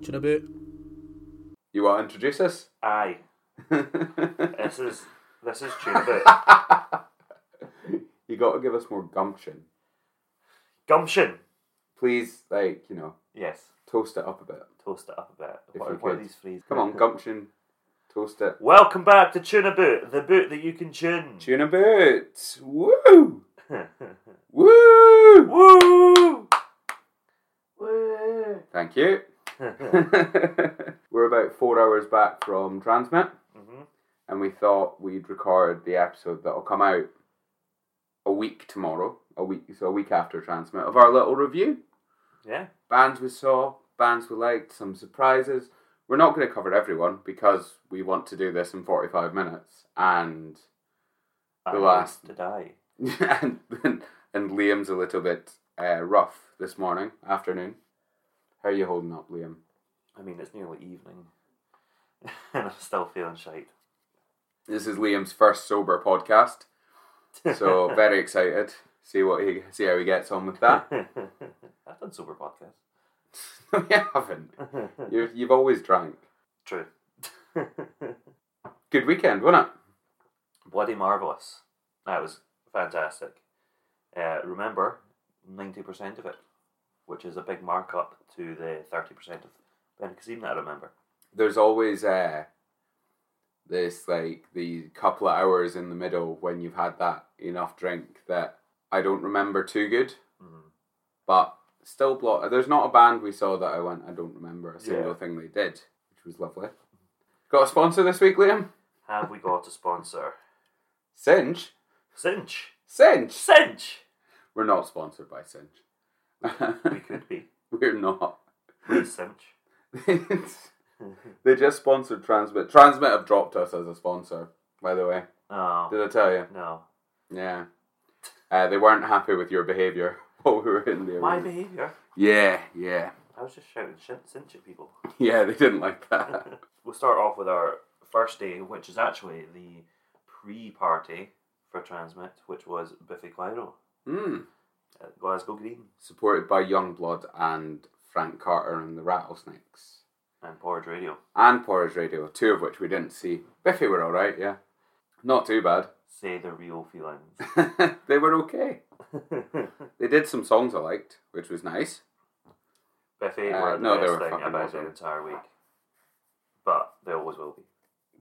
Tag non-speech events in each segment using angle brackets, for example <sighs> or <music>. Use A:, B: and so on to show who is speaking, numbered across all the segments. A: Chinaboot.
B: You want to introduce us? <laughs>
C: Aye, this is this is Tunabit.
B: <laughs> you got to give us more gumption.
C: Gumption.
B: Please, like, you know,
C: Yes,
B: toast it up a bit.
C: toast it up a bit.
B: If
C: What,
B: you
C: are- what are
B: could.
C: these phrases?
B: Come on, gumption. Toast it.
C: Welcome back to Tuna Boot, the boot that you can tune.
B: Tuna boots. Woo! Woo!
C: <laughs> Woo! <laughs> Woo!
B: Thank you. <laughs> We're about four hours back from Transmit,
C: Mhm.
B: and we thought we'd record the episode that'll come out a week tomorrow, a week so a week after Transmit of our little review.
C: Yeah,
B: bands we saw, bands we liked, some surprises. We're not going to cover everyone because we want to do this in 45 minutes and <laughs>
C: I
B: The last.
C: to die.
B: and, and Liam's a little bit uh, rough this morning, afternoon. How are you holding up, Liam?
C: I mean, it's nearly evening, <laughs> and I'm still feeling shite.
B: This is Liam's first sober podcast, <laughs> so very excited. See what he see how he gets on with that.
C: <laughs>
B: <laughs>
C: I've done sober podcast.
B: we haven't. You've you've always drank.
C: <laughs> True. <laughs>
B: Good weekend, wasn't it?
C: Bloody marvelous. That was fantastic. Uh, remember, ninety percent of it, which is a big markup to the thirty percent of Ben Kazim that I remember.
B: there's always uh this like the couple of hours in the middle when you've had that enough drink that I don't remember too good,
C: Mhm.
B: but still block. There's not a band we saw that I went. I don't remember a single
C: Yeah.
B: thing they did, which was lovely. Got a sponsor this week, Liam.
C: Have we got a sponsor?
B: Cinch,
C: Cinch.
B: Cinch.
C: Cinch.
B: We're not sponsored by Cinch.
C: We could be.
B: <laughs> We're not. <laughs>
C: Please, Cinch.
B: they just sponsored Transmit. Transmit have dropped us as a sponsor, by the way.
C: No.
B: Did I tell you?
C: Um, No.
B: Yeah. Uh, they weren't happy with your behaviour <laughs> while we were in there.
C: My behaviour.
B: yeah, yeah. <laughs>
C: I was just shouting shit, cinch at people.
B: Yeah, they didn't like that.
C: <laughs> We'll start off with our first day, which is actually the pre-party for Transmit, which was Biffy Clyro
B: Mm.
C: at Glasgow Green
B: Supported by Youngblood and Frank Carter and the Rattlesnakes.
C: and Porridge Radio.
B: And Porridge Radio, two of which we didn't see. Biffy were alright, yeah. Not too bad. <laughs>
C: Say the real feelings.
B: they were okay.
C: Biffy
B: They did some songs I liked, which was nice.
C: were
B: Uh,
C: the
B: no, they
C: best
B: were
C: thing
B: fucking
C: about
B: awesome.
C: the entire week, but they always will be.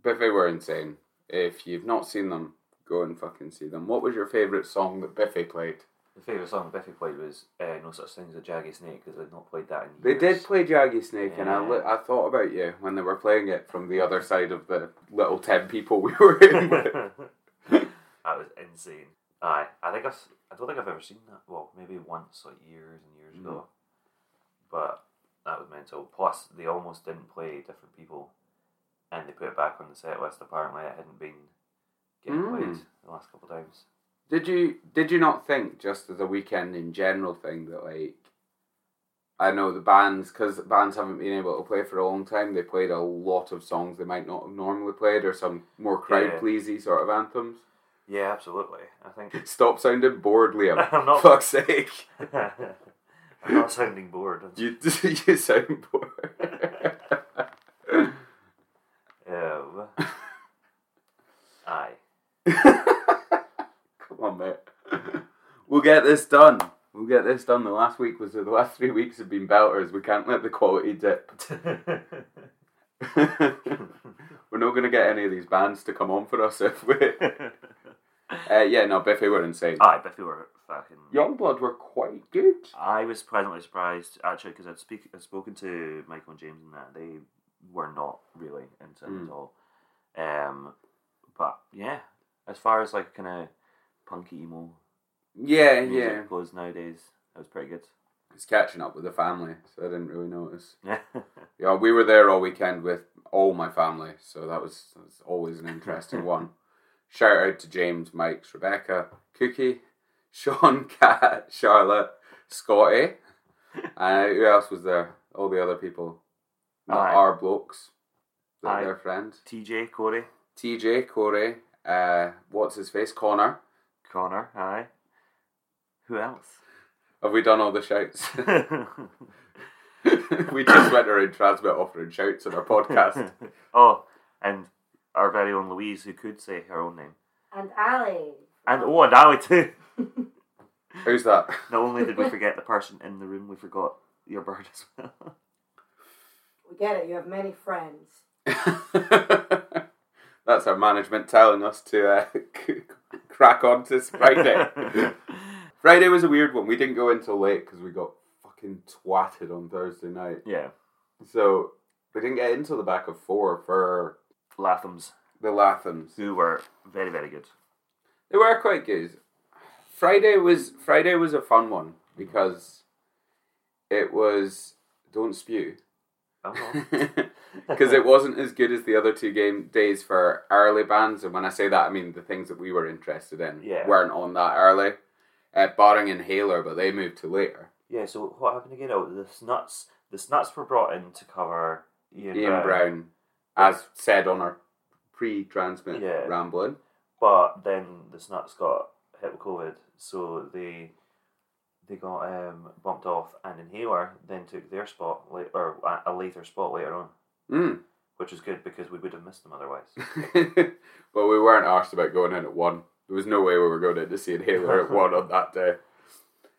B: Biffy were insane. If you've not seen them, go and fucking see them. What was your favourite song that Biffy played?
C: The favourite song Biffy played was uh, "No Such Thing as a Jaggy Snake" because they've not played that in
B: They
C: years.
B: did play Jaggy Snake, and I,
C: Yeah.
B: li- I thought about you when they were playing it from the other side of the little 10 people <laughs> we were
C: <laughs>
B: in. with.
C: that was insane. Aye, I think I've, s- I don't think I've ever seen that. Well, maybe once, like years and years
B: Mm.
C: ago. But that was mental. Plus, they almost didn't play different people, and they put it back on the set list. Apparently, it hadn't been getting
B: Mm.
C: played the last couple of times.
B: did you Did you not think, just as a weekend in general thing, that like, I know the bands, because bands haven't been able to play for a long time, they played a lot of songs they might not have normally played, or some more crowd pleasy sort of anthems. <laughs>
C: Yeah, absolutely. I think <laughs>
B: Stop sounding bored, Liam.
C: I'm <laughs> not.
B: Fuck's sake.
C: I'm not sounding bored.
B: You, <laughs> you sound bored. <laughs>
C: Um,
B: <laughs>
C: aye.
B: Come on, mate. We'll get this done. We'll get this done. The last week was the last three weeks have been belters. We can't let the quality dip. <laughs> We're not going to get any of these bands to come on for us if we. <laughs> Uh, yeah, no, Biffy were insane.
C: Aye, but if you were fucking.
B: Youngblood were quite good.
C: I was pleasantly surprised actually because I'd speak I'd spoken to Michael and James and that they were not really into it
B: Mm.
C: at all. Um, but yeah, as far as like kind of punky emo
B: Uh, Yeah,
C: music
B: yeah.
C: goes nowadays, that was pretty good. <laughs>
B: It's catching up with the family, so I didn't really notice.
C: Yeah,
B: Yeah, we were there all weekend with all my family, so that was, that was always an
C: <laughs>
B: interesting one. Shout out to James, Mike's, Rebecca, Cookie, <laughs> Sean, Cat, Charlotte, Scotty, and who else was there? All the other people, not
C: Aye.
B: our blokes, but
C: Aye.
B: their friend
C: TJ Corey
B: TJ, Corey, uh, what's his face, Connor.
C: Connor, aye. Who else? <laughs>
B: Have we done all the shouts? <laughs> we just went around Transmit offering shouts on our podcast.
C: <laughs> oh, and our very own Louise, who could say her own name.
A: And Ali.
C: And oh, and Ali too. <laughs>
B: Who's that?
C: Not only did we forget the person in the room, we forgot your bird as <laughs> well.
A: We get it, you have many friends.
B: <laughs> That's our management telling us to uh, <laughs> crack on to
C: <laughs>
B: Friday. Friday was a weird one. We didn't go until late because we got fucking twatted on Thursday night.
C: yeah,
B: So we didn't get into the back of four for
C: Lathams,
B: the Lathams.
C: who were very, very good.
B: They were quite good. Friday was Friday was a fun one because it was don't spew
C: Oh, well. <laughs>
B: because it wasn't as good as the other two game days for early bands. And when I say that, I mean the things that we were interested in
C: Yeah.
B: weren't on that early. Uh, barring Inhaler, but they moved to later.
C: yeah, so what happened again? Oh, the Snuts. The Snuts were brought in to cover Ian,
B: Ian
C: Brown,
B: Brown, as said on our pre-transmit
C: Yeah.
B: rambling,
C: but then the Snuts got hit with COVID, so they they got um, bumped off, and Inhaler then took their spot later, or a- a later spot later on,
B: mm.
C: which is good because we would have missed them otherwise.
B: <laughs> well, we weren't asked about going in at one. There was no way we were going in to see Inhaler at one on that day.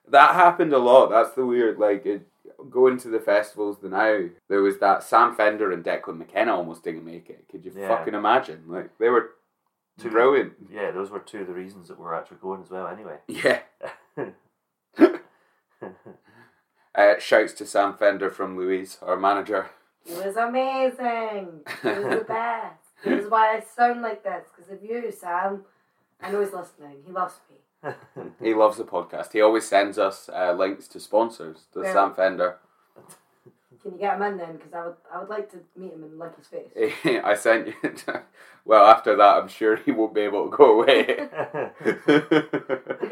B: That happened a lot. That's the weird, like, it, going to the festivals the now, there was that Sam Fender and Declan McKenna almost didn't make it. Could you
C: Yeah.
B: fucking imagine? Like, they were
C: Two-
B: brilliant.
C: yeah, those were two of the reasons that we're actually going as well. Anyway,
B: Yeah. Uh, shouts to Sam Fender from Louise, our manager.
A: It was amazing. It was the best. This is why I sound like this, because of you, Sam. I know he's listening. He loves me.
B: He loves the podcast. He always sends us uh, links to sponsors, to
A: Yeah.
B: Sam Fender.
A: Can you get him in then? Because I would, I would like to meet him and lick his face.
B: <laughs> I sent you. <laughs> well, after that, I'm sure he won't be able to go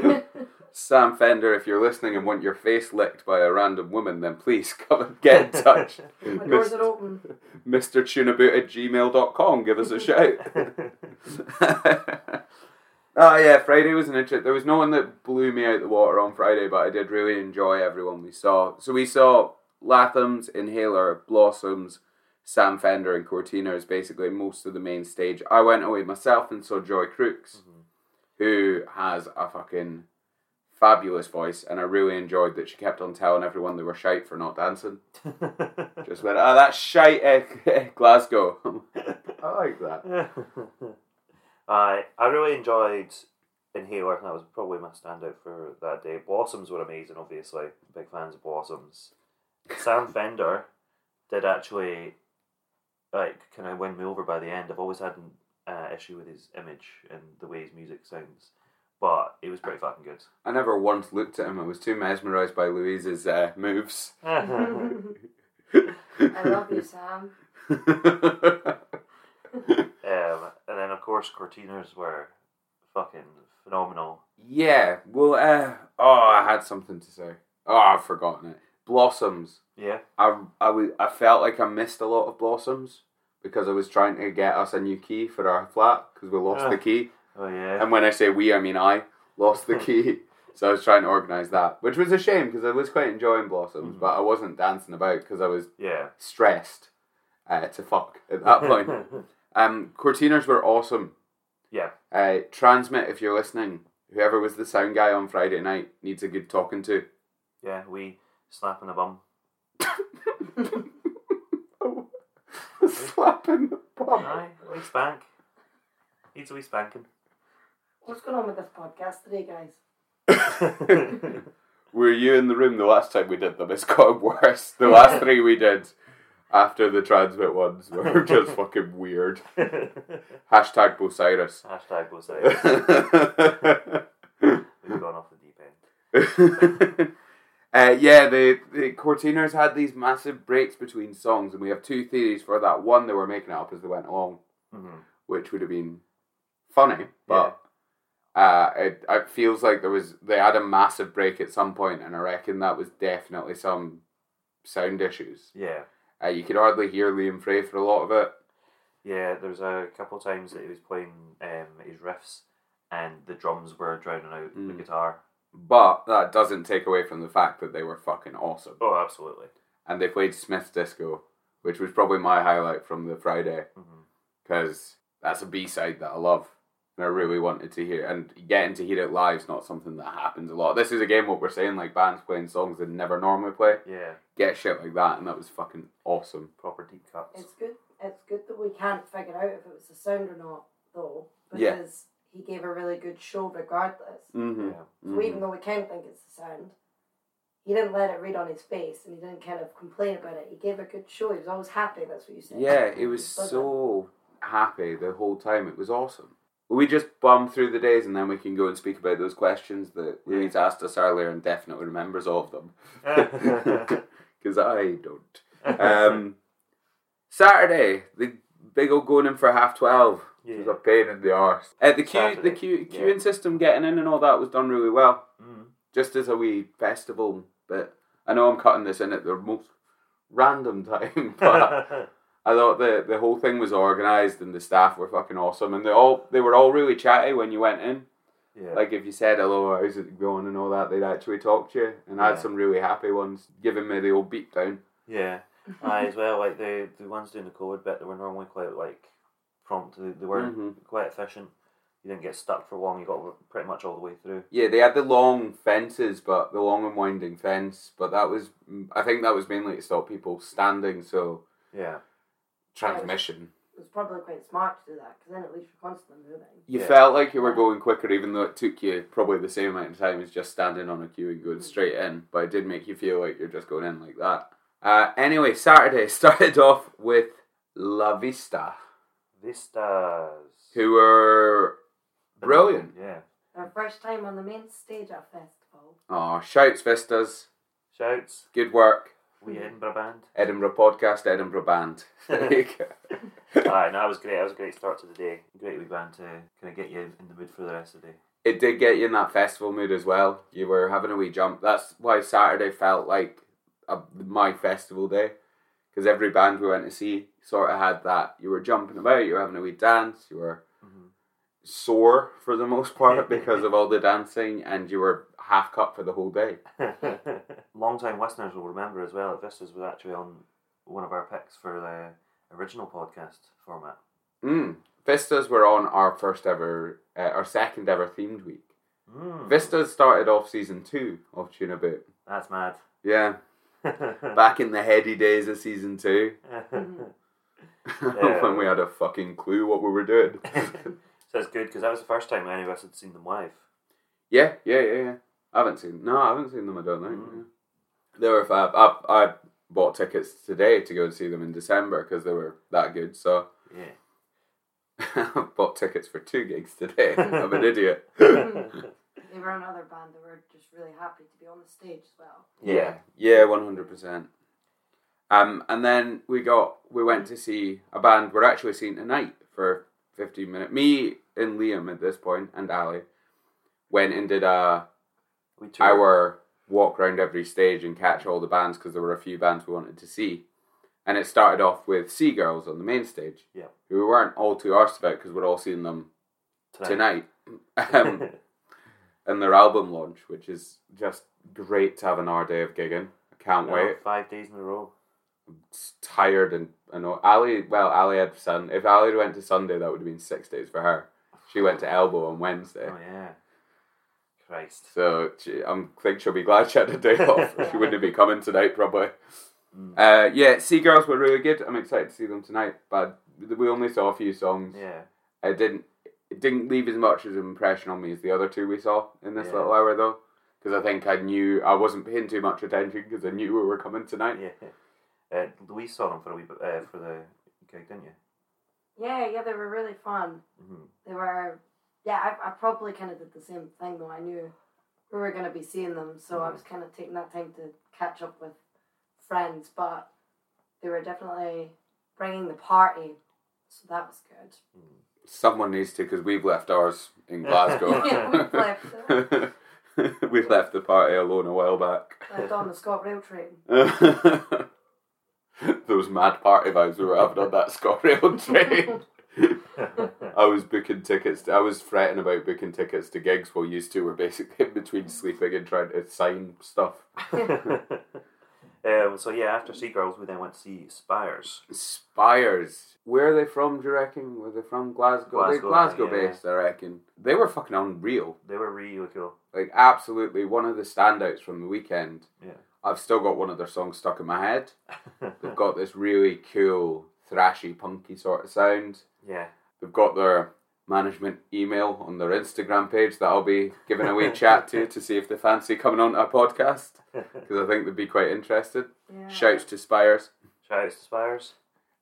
C: <laughs>
B: away. <laughs> Sam Fender, if you're listening and want your face licked by a random woman, then please come and <laughs> get in touch.
C: <laughs>
A: My doors
B: Mis-
A: are open.
B: Mr. Tunaboot at gmail.com. Give us a shout. <laughs> oh, yeah, Friday was an interesting. There was no one that blew me out the water on Friday, but I did really enjoy everyone we saw. So we saw Latham's, Inhaler, Blossoms, Sam Fender, and Cortinas, basically most of the main stage. I went away myself and saw Joy Crooks who has a fucking fabulous voice, and I really enjoyed that she kept on telling everyone they were shite for not dancing.
C: Mm-hmm. <laughs>
B: Just went, oh, that's shite eh, <laughs> Glasgow. I like that.
C: <laughs> I I really enjoyed Inhaler, and that was probably my standout for that day. Blossoms were amazing, obviously. Big fans of Blossoms. Sam Fender did actually like kind of win me over by the end. I've always had an uh, issue with his image and the way his music sounds, but it was pretty fucking good.
B: I never once looked at him. I was too mesmerised by Louise's uh, moves.
A: <laughs> I love you, Sam.
C: Um, and then of course Cortinas were fucking phenomenal.
B: <laughs> yeah, well, uh, oh, I had something to say. Oh, I've forgotten it. Blossoms.
C: Yeah.
B: I, I, w- I felt like I missed a lot of blossoms because I was trying to get us a new key for our flat because we lost
C: Ah.
B: the key.
C: Oh yeah.
B: And when I say we, I mean I lost the key. so I was trying to organise that, which was a shame because I was quite enjoying blossoms,
C: Mhm.
B: but I wasn't dancing about because I was
C: yeah.
B: stressed uh, to fuck at
C: <laughs>
B: that point. um, Cortinas were awesome.
C: yeah.
B: Uh, Transmit, if you're listening, whoever was the sound guy on Friday night needs a good talking to. <laughs>
C: Yeah. We slapping the bum.
B: Slapping the bum.
C: Aye. We spank. Needs a wee spanking. <laughs>
A: What's going on with this podcast today, guys?
B: Were you in the room the last time we did them? It's gotten worse. The last three we did after the transmit ones were <laughs> just fucking weird. Hashtag <laughs> Bucyrus.
C: Hashtag was out.
B: uh,
C: We've gone off the deep end.
B: <laughs> Uh, yeah, the, the Cortinas had these massive breaks between songs, and we have two theories for that. One, they were making it up as they went along,
C: Mm-hmm.
B: which would have been funny, but uh, it, it feels like there was they had a massive break at some point, and I reckon that was definitely some sound issues.
C: Yeah.
B: Uh, you could hardly hear Liam Frey for a lot of it.
C: Yeah. There was a couple of times that he was playing um, his riffs, and the drums were drowning out the
B: Mm.
C: guitar.
B: But that doesn't take away from the fact that they were fucking awesome.
C: Oh, absolutely.
B: and they played Smith's Disco, which was probably my highlight from the Friday
C: Mhm.
B: because that's a B side that I love and I really wanted to hear. And getting to hear it live is not something that happens a lot. This is again what we're saying like bands playing songs they never normally play.
C: Yeah,
B: Get shit like that, and that was fucking awesome.
C: proper deep cuts.
A: It's good. It's good that we can't figure out if it was the sound or not, though,
B: Yeah.
A: because he gave a really good show regardless.
B: Mm-hmm.
C: Yeah.
A: So even though we can think it's the sound, he didn't let it read on his face, and he didn't kind of complain about it. He gave a good show. He was always happy. That's what you said.
B: Mm-hmm. Yeah, it was
A: But
B: so happy the whole time. It was awesome. We just bum through the days and then we can go and speak about those questions that Louise asked us earlier and definitely remembers all of them. <laughs>
C: <laughs>
B: Because I don't. Um, Saturday, the big old going in for half 12 was a
C: yeah.
B: pain in the arse. Uh, the queue, the
C: Saturday,
B: queue,
C: yeah.
B: queuing system getting in and all that was done really well,
C: Mm. <laughs>
B: just as a wee festival. But I know I'm cutting this in at the most random <laughs> time, but.
C: <laughs>
B: I thought the the whole thing was organised and the staff were fucking awesome and they all they were all really chatty when you went in.
C: yeah.
B: Like if you said hello, how's it going and all that, they'd actually talk to you. And I had
C: Yeah.
B: some really happy ones giving me the old beat down.
C: <laughs> Yeah, I as well. Like the the ones doing the COVID bit, they were normally quite like prompt. They, they were
B: Mhm.
C: quite efficient. You didn't get stuck for long. You got pretty much all the way through.
B: Yeah, they had the long fences, but the long and winding fence. But that was I think that was mainly to stop people standing. So
C: Yeah,
B: transmission.
A: It was probably quite smart to do that, because then at least you're constantly moving.
B: You
C: Yeah.
B: felt like you were going quicker, even though it took you probably the same amount of time as just standing on a queue and going straight in. But it did make you feel like you're just going in like that. Uh, anyway, Saturday <laughs> started off with La Vista,
C: vistas.
B: who were brilliant.
C: Yeah.
A: Our first time on the main stage at a festival.
B: Oh, shouts Vistas,
C: Shouts.
B: good work,
C: We Edinburgh band.
B: Edinburgh podcast, Edinburgh band. <laughs>
C: Aye, no, it was great. That was a great start to the day. Great wee band to kind of get you in the mood for the rest of the day.
B: it did get you in that festival mood as well. You were having a wee jump. That's why Saturday felt like a, my festival day because every band we went to see sort of had that. You were jumping about, you were having a wee dance, you were
C: Mhm.
B: sore for the most part because of all the dancing, and you were half cut for the whole day.
C: <laughs> Long-time Mm-hmm. listeners will remember as well that Vistas was actually on one of our picks for the original podcast format.
B: Mm. Vistas were on our first ever, uh, our second ever themed week.
C: Mm,
B: Vistas started off season two of Tuna Boot.
C: That's mad.
B: Yeah, back in the heady days of season two.
C: Yeah.
B: <laughs> when we had a fucking clue what we were doing.
C: <laughs> <laughs>
B: <laughs>
C: so it's good because that was the first time any of us had seen them live.
B: yeah, yeah, yeah, yeah. I haven't seen. No, I haven't seen them. I don't think.
C: Mm.
B: yeah. They were fab. I, I bought tickets today to go and see them in December because they were that good. So <laughs>
C: Yeah.
B: I bought tickets for two gigs today. I'm an idiot.
C: <laughs>
A: They were another band that were just really happy to be on the stage as well.
B: <laughs> Yeah, yeah, one hundred percent. Um, and then we got we went to see a band we're actually seeing tonight for fifteen minutes. Me and Liam at this point and Ali went and did a
C: we toured.
B: our walk around every stage and catch all the bands because there were a few bands we wanted to see. And it started off with Sea Girls on the main stage,
C: Yeah.
B: who we weren't all too arsed about because we're all seeing them tonight.
C: <laughs>
B: um, and their album launch, which is just great to have an R day of gigging. I <laughs> can't
C: No,
B: wait.
C: Five days in a row.
B: It's tired and annoyed. Ali, well, Ali had Sun. If Ali went to Sunday, that would have been six days for her. She went to Elbow on Wednesday.
C: Oh yeah. Christ.
B: So she, I think she'll be glad she had a day off. she wouldn't have been coming tonight, probably.
C: Mm.
B: Uh, yeah, Sea Girls were really good. I'm excited to see them tonight, but we only saw a few songs.
C: Yeah.
B: It didn't it didn't leave as much of an impression on me as the other two we saw in this
C: Yeah.
B: little hour, though, because I think I knew I wasn't paying too much attention because I knew we were coming tonight.
C: Yeah. Uh, Louise saw them for a wee bit uh, for the gig, didn't you?
A: Yeah, yeah, they were really fun.
C: Mm-hmm.
A: They were, yeah, I, I probably kind of did the same thing though. I knew we were going to be seeing them, so I was kind of taking that time to catch up with friends, but they were definitely bringing the party, so that was
B: <laughs>
A: good.
B: Someone needs to because we've left ours in
A: <laughs> Yeah,
B: Glasgow.
A: we've left
B: <laughs> we left the party alone a while back. <laughs>
A: Left on the ScotRail train.
B: Those mad party vibes we were having on that ScotRail train.
C: Mm-hmm.
B: I was booking tickets. I was fretting about booking tickets to gigs <laughs> while you two were basically in between sleeping and trying to sign stuff.
C: <laughs> Um, so yeah, after Seagirls, we then went to see Spires.
B: Spires. Where are they from, do you reckon? Were they from Glasgow? They're
C: Glasgow,
B: Glasgow
C: yeah.
B: based, I reckon. They were fucking unreal.
C: They were really cool. <laughs>
B: Like, absolutely one of the standouts from the weekend.
C: Yeah.
B: I've still got one of their songs stuck in my head. They've got this really cool, thrashy, punky sort of sound.
C: yeah. <laughs>
B: They've got their management email on their Instagram page that I'll be giving a wee chat to to see if they fancy coming on to a podcast because I think they'd be quite interested.
A: Yeah.
B: Shouts to Spires.
C: Shout out to Spires.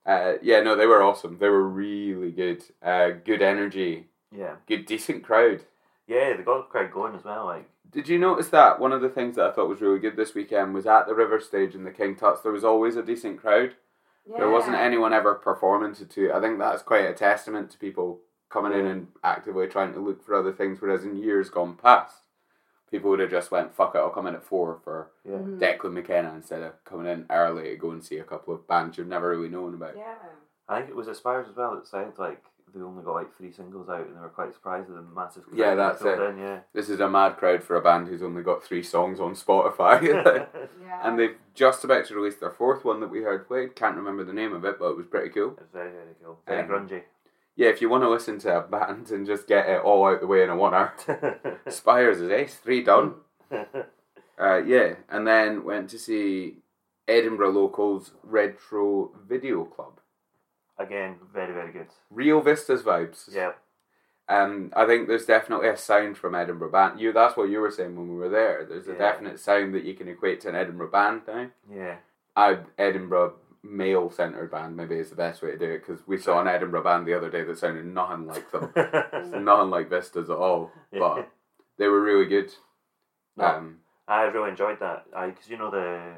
B: Uh, yeah, no, they were awesome. They were really good. Uh, good energy,
C: Yeah.
B: good, decent crowd.
C: Yeah, they got the crowd going as well. Like,
B: Did you notice that one of the things that I thought was really good this weekend was at the River Stage in the King Tut's? There was always a decent crowd. There wasn't
A: Yeah.
B: anyone ever performing to two. I think that's quite a testament to people coming in
C: Yeah.
B: and actively trying to look for other things. Whereas in years gone past, people would have just went fuck it. I'll come in at four for
C: yeah.
A: Mhm.
B: Declan McKenna instead of coming in early to go and see a couple of bands you've never really known about.
A: Yeah.
C: I think it was at Spires as well. It sounded like they only got like three singles out, and they were quite surprised at the massive. crowd
B: Yeah,
C: that
B: that's
C: filled
B: it. <laughs>
C: In, yeah.
B: This is a mad crowd for a band who's only got three songs on
C: <laughs>
B: Spotify.
C: It
A: <laughs> Yeah.
B: <laughs> and they've just about to release their fourth one that we heard played. Can't remember the name of it, but it was pretty cool.
C: was very very cool. Very
B: Um, Yeah, if you want to listen to a band and just get it all out the way in a one
A: <laughs>
B: hour,
C: grungy. <laughs>
B: Spires is ace, three done. Uh, yeah, and then went to see Edinburgh Locals Retro Video Club.
C: Again, very very good.
B: Real Vistas vibes.
C: Yeah.
B: Um, I think there's definitely a sound from Edinburgh band. You, that's what you were saying when we were there. There's a
C: Yeah.
B: definite sound that you can equate to an Edinburgh band now.
C: Yeah.
B: I Edinburgh male centred band maybe is the best way to do it because we saw an Edinburgh band the other day that sounded nothing like
C: <laughs>
B: them, nothing like Vistas at all.
C: Yeah.
B: But they were really good.
C: No,
B: Um,
C: I really enjoyed that. I because you know the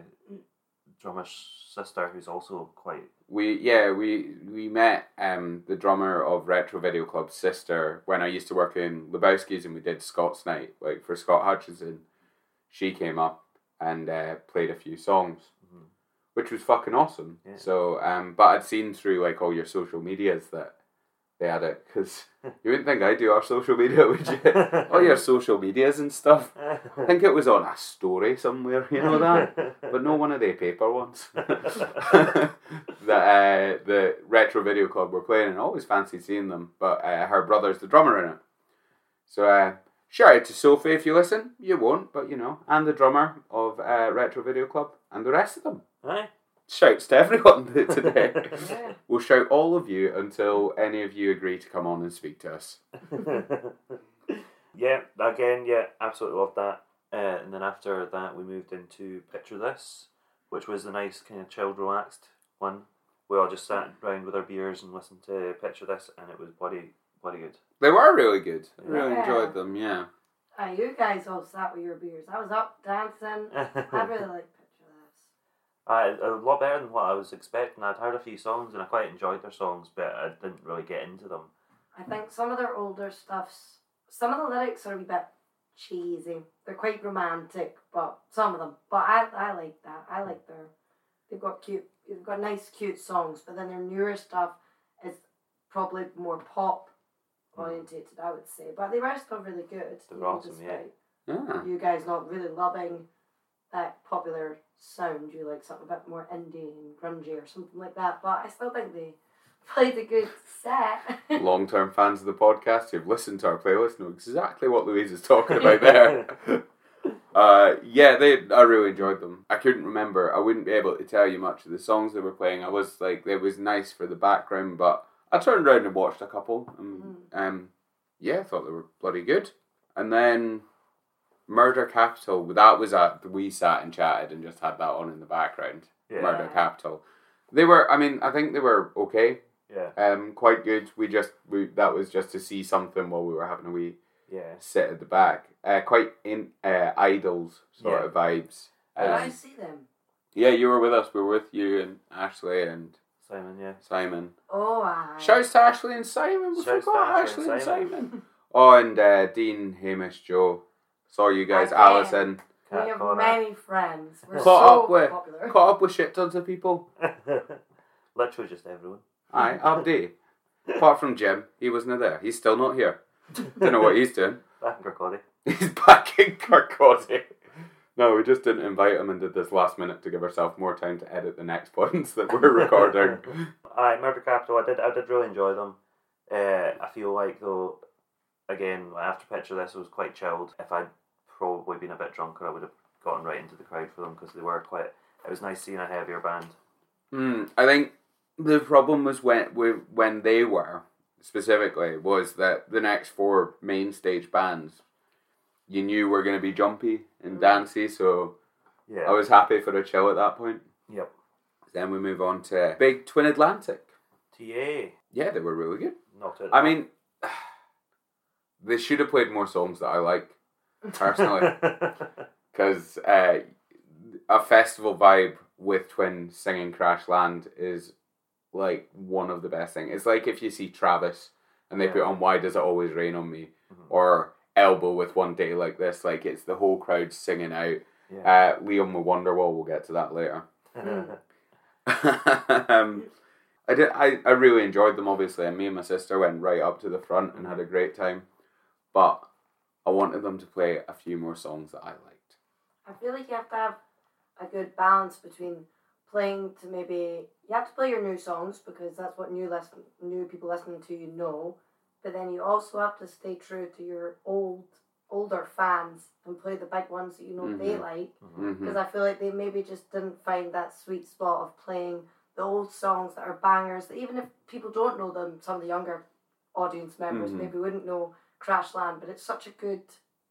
C: drummer's sister, who's also
B: <laughs>
C: quite
B: we yeah we we met um, the drummer of Retro Video Club's sister when I used to work in Lebowski's and we did Scott's night like for Scott Hutchinson. She came up and uh, played a few songs.
C: Mhm.
B: which was fucking awesome.
C: Yeah.
B: So, um, but I'd seen through like all your social medias that they had it because you wouldn't think I do our social media, would
C: <laughs>
B: you? all your social medias and stuff. I think it was on a story somewhere, you know that. But no one of the paper <laughs> ones. that uh, the retro video club were playing, and I always fancied seeing them. But uh, her brother's the drummer in it, so uh, shout out to Sophie if you listen. You won't, but you know, and the drummer of uh, retro video club, and the rest of them
C: Aye.
B: shouts to everyone <laughs> today.
A: <laughs> Yeah.
B: we'll shout all of you until any of you agree to come on and speak to us.
C: <laughs> yeah, again, yeah, absolutely loved that. Uh, and then after that, we moved into Picture This, which was the nice kind of chilled, relaxed one. We all just sat round with our beers and listened to Picture This, and it was bloody, bloody good.
B: They were really good. I really
A: Yeah.
B: enjoyed them, yeah.
A: Ah, you guys all sat with your beers. I was up dancing. I really like picture this.
C: <laughs> I, a lot better than what I was expecting. I'd heard a few songs and I quite enjoyed their songs, but I didn't really get into them.
A: I think some of their older stuffs, some of the lyrics are a bit cheesy. They're quite romantic, but some of them. But I, I like that. I like their. They've got cute. They've got nice, cute songs. But then their newer stuff is probably more pop orientated. I would say, but they were still really good.
C: Hmm. They were
A: even
C: awesome,
A: despite
B: Yeah.
A: You guys not really loving that popular sound. You like something a bit more indie and grungy or something like that. But I still think they <laughs> played a good set. <laughs>
B: Long term fans of the podcast who've listened to our playlist know exactly what Louise is talking about there. uh, yeah, they I really enjoyed them. I couldn't remember. I wouldn't be able to tell you much of the songs they were playing. I was like, it was nice for the background, but I turned around and watched a couple. And, um, yeah, I thought they were bloody good. And then Murder Capital, that was at we sat and chatted and just had that on in the background.
C: Yeah.
B: Murder Capital. They were I mean, I think they were okay.
C: Yeah,
B: Um quite good. We just we that was just to see something while we were having a wee
C: yeah.
B: sit at the back. Uh quite in uh idols sort
C: Yeah.
B: of vibes.
A: Did I
B: Um,
A: see them?
B: yeah, you were with us. We were with you and Ashley and
C: Simon, yeah.
B: Simon.
A: Oh, I.
B: Shouts to Ashley and Simon. We
C: Shouts to
B: forgot Ashley
C: Ashley
B: and
C: and
B: Simon.
C: Simon.
B: Oh, and uh, Dean, Hamish, Joe. Saw you guys,
A: Again.
B: Alison.
A: we
C: Cat
A: have
C: corner.
A: many friends. We're
B: Caught
A: so
B: up with-
A: popular.
B: Caught up with shit tons of people.
C: <laughs> Literally just everyone.
B: Aye, Abdi. Apart from Jim, he wasn't there. He's still not here. Don't know what he's doing.
C: Back in Kirkcaldy.
B: He's back in Kirkcaldy. No, we just didn't invite him and did this last minute to give ourselves more time to edit the next <laughs> ones that <laughs>
C: <laughs>
B: we're recording.
C: Aye, Murder Capital. I did. I did really enjoy them. Uh, I feel like though, again, after picture this, it was quite chilled. If I'd probably been a bit drunker, I would have gotten right into the crowd for them because they were quite. It was nice seeing a heavier band.
B: Hmm, I think the problem was when with- when they were specifically was that the next four main stage bands you knew were going to be jumpy and dancey, so
C: Yeah.
B: I was happy for a chill at that point.
C: Yep.
B: Then we move on to Big Twin Atlantic.
C: Ta.
B: Yeah, they were really good.
C: Not it.
B: I mean, <sighs> they should have played more songs that I like
C: <laughs>
B: personally, because uh, a festival vibe with twins singing Crash Land is like one of the best things. It's like if you see Travis and they
C: Yeah.
B: put on Why Does It Always Rain on Me
C: Mhm.
B: or Elbow with One Day Like This, like it's the whole crowd singing out.
C: <laughs> yeah. Mm-hmm.
B: Uh, Liam with Wonderwall, we'll get to that later. um, I did. I, I really enjoyed them. Obviously, and me and my sister went right up to the front and had a great time. But I wanted them to play a few more songs that I liked.
A: I feel like you have to have a good balance between playing to maybe you have to play your new songs because that's what new listen new people listening to you know, but then you also have to stay true to your old older fans and play the big ones that you know they
B: Mhm.
A: like
C: Mhm.
B: hmm
A: because I feel like they maybe just didn't find that sweet spot of playing the old songs that are bangers that even if people don't know them, some of the younger audience members
B: Mhm.
A: maybe wouldn't know Crash Land, but it's such a good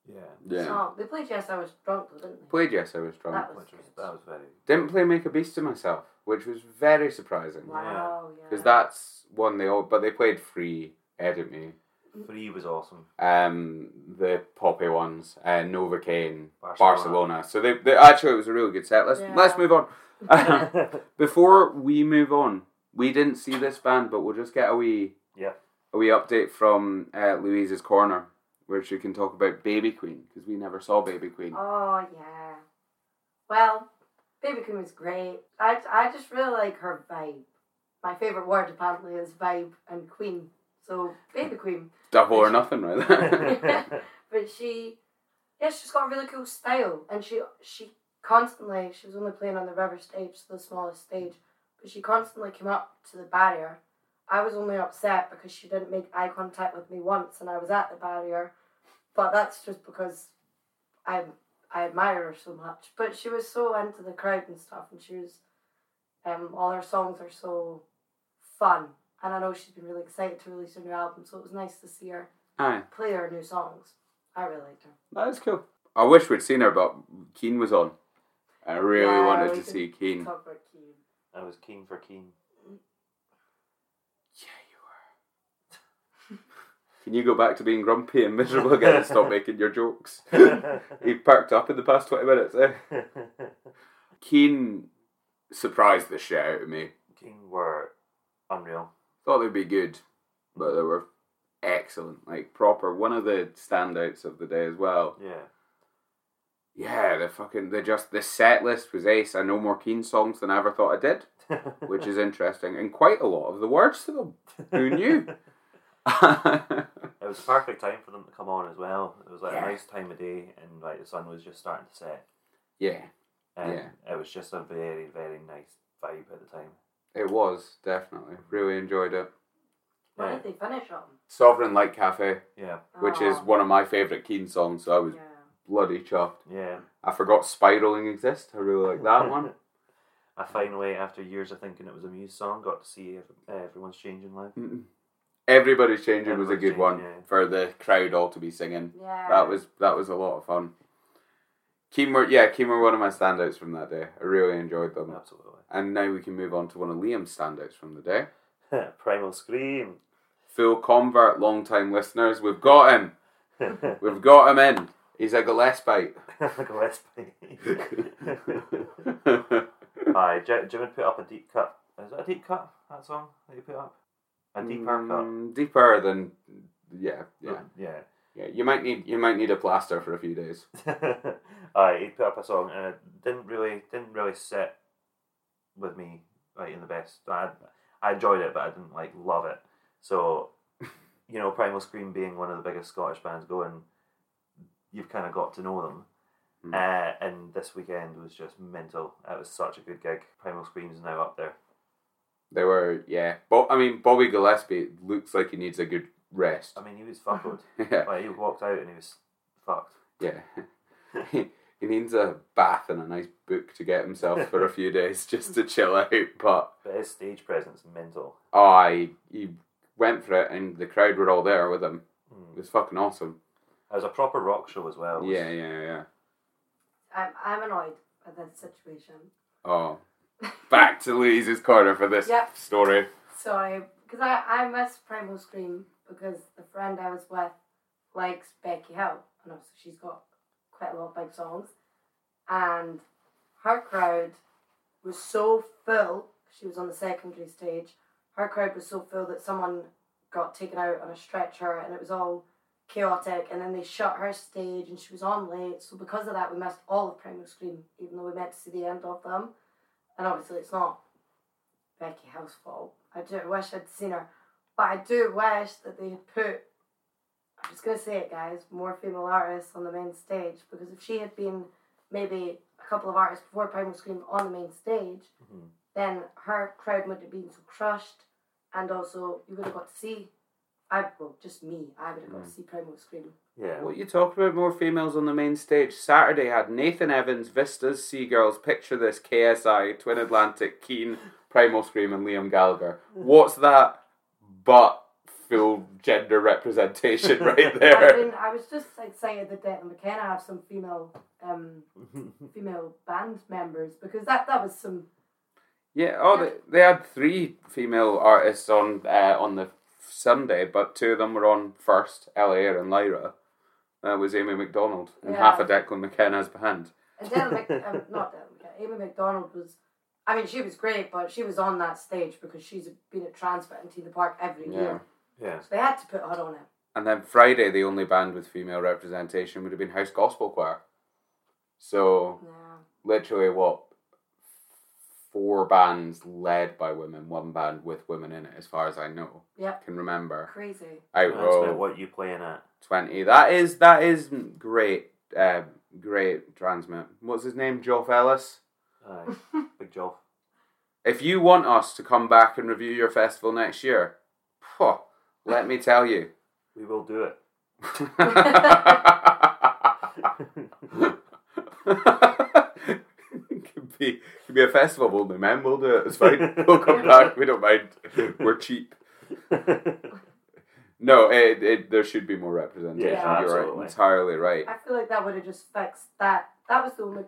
C: Yeah.
B: Yeah,
A: song. They played Yes I Was Drunk though, didn't they?
B: played Yes I Was Drunk.
A: That was
C: Which was
A: good.
C: that was very.
B: Didn't play Make a Beast of Myself, which was very surprising
A: Wow, yeah.
B: because that's one they all. But they played Free, Edit Me,
C: Free
B: <laughs>
C: was awesome. <laughs>
B: um, the Poppy ones, uh, Novocaine, Barcelona.
C: Barcelona.
B: So they, they actually it was a really good set. Let's
A: Yeah.
B: let's move
A: <laughs>
B: on. <laughs> Before we move on, we didn't see this band, but we'll just get a wee <laughs>
C: yeah. <laughs>
B: a wee update from uh, Louise's corner, where she can talk about Baby Queen because we never saw Baby Queen.
A: Oh yeah. Well, Baby Queen was great. I, I just really like her vibe. My favorite word apparently is vibe and queen. So Baby Queen.
B: Double or nothing, right? <laughs>
A: <laughs>
B: there.
A: But she, yeah, she's got a really cool style, and she she constantly she was only playing on the river stage, so the smallest stage, but she constantly came up to the barrier. I was only upset because she didn't make eye contact with me once, and I was at the barrier, but that's just because I I admire her so much. But she was so into the crowd and stuff, and she was, um, all her songs are so fun, and I know she's been really excited to release her new album, so it was nice to see her
B: Aye,
A: play her new songs. I really liked her.
B: that is cool. I wish we'd seen her, but Keen was on. I really
A: Yeah,
B: wanted
A: we
B: to
A: can
B: see Keen.
A: Talk about Keen.
C: I was keen
B: <laughs>
C: for keen. <laughs>
B: Yeah, you were. Can you go back to being grumpy and miserable again and
A: <laughs>
B: stop making your jokes? <laughs> You've perked up in the past 20 minutes, eh? Keen surprised the shit out of me.
C: keen were unreal.
B: Thought they'd be good, but they were excellent. Like, proper. One of the standouts of the day as well.
C: Yeah. <laughs>
B: Yeah, the fucking. They just. The set list was ace. I know more Keen songs than I ever thought I did, which
C: <laughs>
B: is interesting. And quite a lot of the words to them. <laughs> Who knew?
C: It was a perfect time for them to come on as well. It was like
B: Yeah.
C: a nice time of day, and like the sun was just starting to set,
B: yeah.
C: and
B: Yeah.
C: it was just a very, very nice vibe at the time.
B: It was definitely really enjoyed it.
A: What
C: Yeah.
A: did they finish on?
B: Sovereign Light Cafe,
C: Yeah,
B: which is
A: Aw,
B: one of my favourite Keen songs, so I was
A: Yeah.
B: bloody chuffed.
C: yeah.
B: I forgot Spiraling Exist. I really like that
C: <laughs>
B: one.
C: I finally, after years of thinking it was a Muse song, got to see ev- uh, everyone's changing life.
B: Mm. Everybody's Changing was a
C: Everybody's
B: good one
C: Changing, yeah.
B: for the crowd all to be singing.
A: Yeah.
B: That was that was a lot of fun. Keen were yeah, Keen were one of my standouts from that day. I really enjoyed them.
C: Absolutely. <laughs>
B: And now we can move on to one of Liam's standouts from the day.
C: Primal Scream. <laughs>
B: Full convert, long time listeners. We've got him.
C: Like <laughs>
B: We've got him in. He's a Gillespie.
C: a
B: <laughs>
C: <laughs> Westby. Aye, J- Jim had put up a deep cut. Is it a deep cut? That song that you put up? A deeper cut.
B: Mm, deeper than yeah, yeah,
C: Yeah.
B: yeah. You might need you might need a plaster for a few days.
C: <laughs> Aye, he put up a song and it didn't really didn't really sit with me right in the best. I I enjoyed it, but I didn't like love it.
B: <laughs>
C: So, you know, Primal Scream being one of the biggest Scottish bands going, you've kind of got to know them.
B: Hmm.
C: Uh, and this weekend was just mental. It was such a good gig. Primal Scream's now up there.
B: They were, yeah. Bo- I mean, Bobby Gillespie looks like he needs a good rest. <laughs>
C: I mean, he was fuckled.
B: yeah,
C: like, he walked out and he was fucked.
B: yeah. <laughs> he, he needs a bath and a nice book to get himself for a few days just to chill out. But
C: But his stage presence, mental.
B: oh, he, he went for it, and the crowd were all there with him. It
C: Mm.
B: was fucking awesome.
C: It was a proper rock show as well. It was-
B: Yeah, yeah, yeah.
A: I'm, I'm annoyed at this situation.
B: Oh, back to Louise's corner for this
A: Yep.
B: story.
A: So I, because I, I miss Primal Scream because the friend I was with likes Becky Hill, and also she's got quite a lot of big songs, and her crowd was so full. She was on the secondary stage. Her crowd was so full that someone got taken out on a stretcher, and it was all chaotic. And then they shut her stage, and she was on late. So because of that, we missed all of Primal Scream, even though we meant to see the end of them. And obviously, it's not Becky Hill's fault. I do wish I'd seen her, but I do wish that they had put. I'm just gonna say it, guys. More female artists on the main stage because if she had been maybe a couple of artists before Primal Scream on the main stage,
C: Mhm.
A: then her crowd would have been so crushed, and also you would have got to see. I well, just me. I would have got to see Primal Scream.
C: Yeah.
B: What you talking about? More females on the main stage. Saturday had Nathan Evans, Vistas, Seagirls, Picture This, KSI, Twin Atlantic, Keen, Primal Scream, and Liam
A: <laughs>
B: Gallagher. What's that but full gender
A: <laughs>
B: representation right
A: I,
B: there?
A: mean, I was just excited that Declan McKenna have some female um, female band members because that that was some
B: Yeah. Oh, they, they had three female artists on uh, on the Sunday, but two of them were on first. Ella and Lyra. That was Amy McDonald and half a Declan McKenna's band.
A: And Dylan, Mc, um, not Dylan, McDonald, Amy McDonald was, I mean, she was great, but she was on that stage because she's been at Transfer and Tina Park every
B: Yeah.
A: year.
C: <laughs> Yeah.
A: So they had to put her on it.
B: And then Friday, the only band with female representation would have been House Gospel Choir. So
A: Yeah.
B: literally, what four bands led by women, one band with women in it, as far as I know,
A: Yep.
B: can remember.
A: Crazy. <laughs>
B: Out
C: That's about
B: row
C: what you playing at.
B: twenty. That is that is great. Uh, great transmit. What's his name? Joff Ellis. <laughs>
C: Aye. Big Joel.
B: If you want us to come back and review your festival next year, phew, let me tell you.
C: <laughs>
B: <laughs>
C: We will do it.
B: <laughs> could be could be a festival we'll do man we'll do it it's fine we'll come back we don't mind we're cheap no it, it there should be more representation
A: Yeah,
B: you're
C: absolutely.
B: right, entirely right
A: I feel like that would have just fixed that. That was the only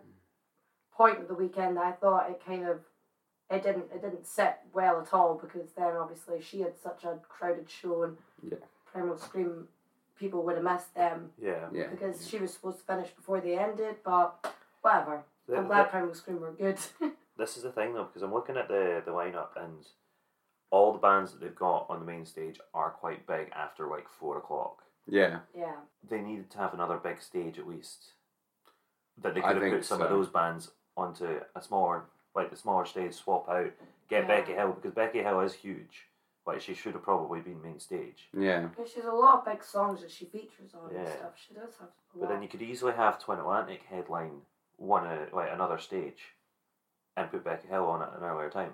A: point of the weekend that I thought it kind of, it didn't, it didn't sit well at all because then obviously she had such a crowded show and
B: Yeah.
A: Primal Scream people would have missed them
C: yeah.
B: yeah
A: because she was supposed to finish before they ended, but whatever.
C: Th-
A: I'm glad Primal Scream were good. <laughs>
C: this is the thing though, because I'm looking at the the lineup and all the bands that they've got on the main stage are quite big after like four o'clock.
B: yeah
A: yeah.
C: They needed to have another big stage at least that they
B: I
C: could have
B: think
C: put some of
B: so.
C: those bands onto a smaller, like the smaller stage, swap out, get
A: Yeah.
C: Becky Hill because Becky Hill is huge. Like she should have probably been main stage.
B: yeah
A: Because she's a lot of big songs that she features on and
C: Yeah.
A: stuff. She does have a
C: But
A: lot.
C: then you could easily have Twin Atlantic headline one uh, like another stage, and put Becky Hill on at an earlier time.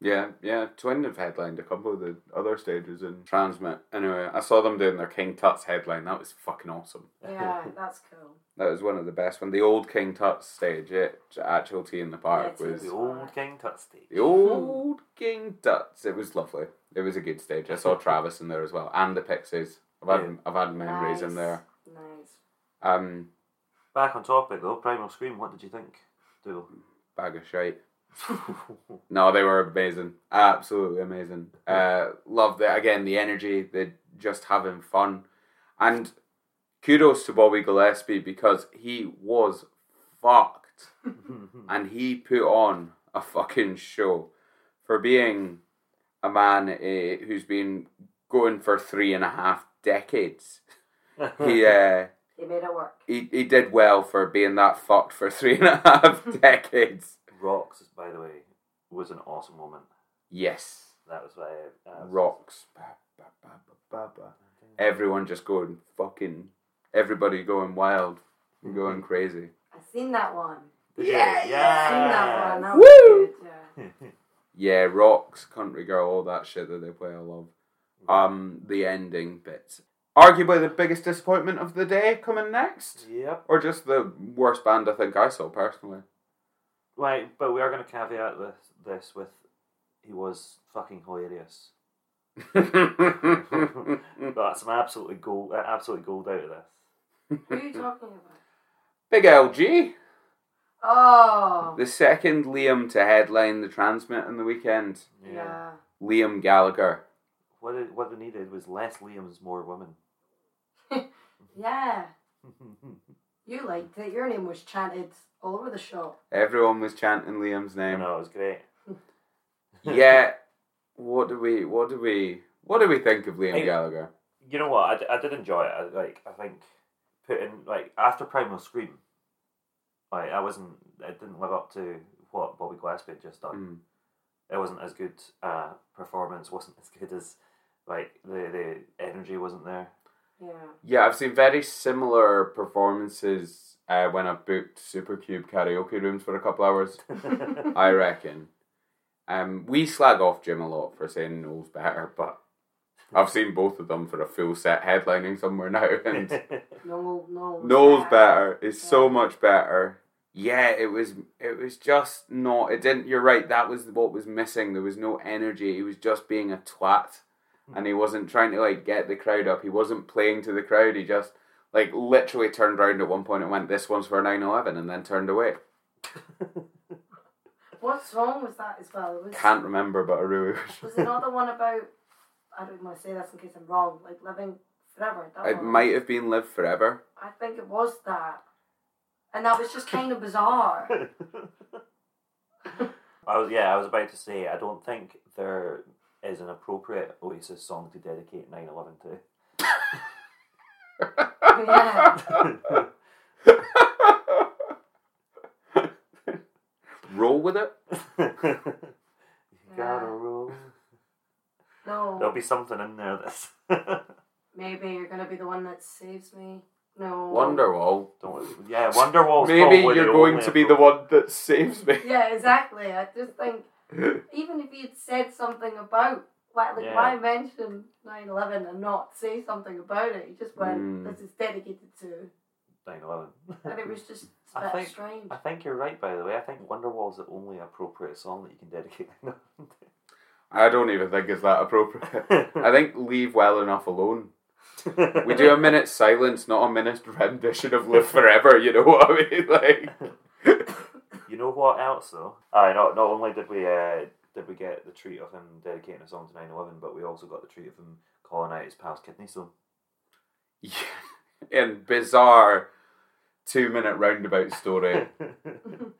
B: yeah yeah twin have headlined a couple of the other stages in transmit anyway i saw them doing their king tut's headline that was fucking awesome
A: yeah,
C: <laughs>
A: that's cool.
B: that was one of the best one the old king tut's stage it actual tea in the park
A: Yeah, Tea in
B: was
C: the old King Tut stage.
B: The old King Duts. It was lovely. It was a good stage. I saw Travis in there as well, and the Pixies. I've had
C: Yeah.
B: I've had memories in there.
A: Nice.
B: Um,
C: Back on topic though, Primal Scream. What did you think, Doodle?
B: bag of shite. No, they were amazing. Absolutely amazing. Uh, loved it again. The energy. They just having fun, and kudos to Bobby Gillespie because he was fucked. and he put on a fucking show for being a man uh, who's been going for three and a half decades. <laughs> He uh,
A: They made it work.
B: he he did well for being that fucked for <laughs> three and a half decades.
C: <laughs> Rocks, by the way, was an awesome moment.
B: Yes,
C: That was uh, uh,
B: rocks. Ba, ba, ba, ba, ba, ba. Everyone just going fucking. Everybody going wild, going crazy.
A: I seen that one.
C: Did
B: Yeah,
C: you?
A: I seen that one. That
B: Woo!
A: was good. Yeah.
B: <laughs> Yeah, rocks, country girl, all that shit that they play. I love.
C: Mm.
B: Um, the ending bits. Arguably the biggest disappointment of the day coming next,
C: <laughs> Yep.
B: or just the worst band I think I saw personally.
C: Right, but we are going to caveat this, this with he was fucking hilarious.
B: Mm.
C: That's an absolutely gold, uh, absolutely gold out of this.
A: Who are you talking about?
B: Big LG,
A: Oh.
B: the second Liam to headline the Transmit on the weekend.
A: Yeah.
B: Liam Gallagher.
C: What it, what they needed was less Liam's, more <laughs> women.
A: Yeah. You liked it. Your name was chanted all over the shop.
B: Everyone was chanting Liam's
C: I
B: name.
C: know it was great. <laughs>
B: Yeah. What do we? What do we? What do we think of Liam
C: Hey.
B: Gallagher?
C: You know what? I, d- I did enjoy it. I, like I think putting like after Primal Scream, like I wasn't. It didn't live up to what Bobby Gillespie had just done.
B: Mm.
C: it wasn't as good uh, performance wasn't as good as like the, the energy wasn't there
A: Yeah.
B: Yeah, I've seen very similar performances uh, when I've booked Supercube karaoke rooms for a couple hours. I reckon. Um, we slag off Jim a lot for saying Noel's better, but I've seen both of them for a full set headlining somewhere now, <laughs> and
A: <laughs> No, no.
B: Noel's better. It's so much better. Yeah, it was. It was just not. It didn't. You're right. That was what was missing. There was no energy. He was just being a twat, and he wasn't trying to like get the crowd up. He wasn't playing to the crowd. He just like literally turned around at one point and went, "This one's for 9/11," and then turned away.
A: What song was that as well? It was,
B: Can't remember, but I really wish.
A: was another one about. I don't want to say this in case I'm wrong. Like living forever. That
B: It
A: one.
B: might have been "Live Forever."
A: I think it was that. And that
B: <laughs>
A: was just kind of bizarre.
C: <laughs> I was yeah I was about to say I don't think there is an appropriate Oasis song to dedicate 9-11 to
A: yeah.
B: Roll with it. <laughs>
C: you
A: Yeah.
C: gotta roll
A: No.
C: there'll be something in there that's <laughs> don't
A: Maybe you're gonna be the one that saves me. No.
B: Wonderwall.
C: worry. yeah Wonderwall's
B: Maybe
C: probably
B: you're
C: the
B: going
C: only
B: to be the
C: appropriate-
B: one that saves me. <laughs>
A: Yeah, exactly. I just think even if he had said something about why, like
C: Yeah.
A: why mention 9-11 and not say something about it, he just went,
B: Mm.
A: "This is dedicated to,"
C: 9/11
A: and it was just a
C: I
A: bit
C: think-
A: strange.
C: I think you're right, by the way. I think Wonderwall's the only appropriate song that you can dedicate.
B: I don't even think it's that appropriate. <laughs> I think leave well enough alone. We do a minute's silence, not a minute's rendition of Live Forever, you know what I mean? <laughs> Like
C: <laughs> You know what else though? Aye, not not only did we uh, did we get the treat of him dedicating a song to 9/11, but we also got the treat of him calling out his pal's kidney stone.
B: yeah. And bizarre two minute roundabout <laughs> story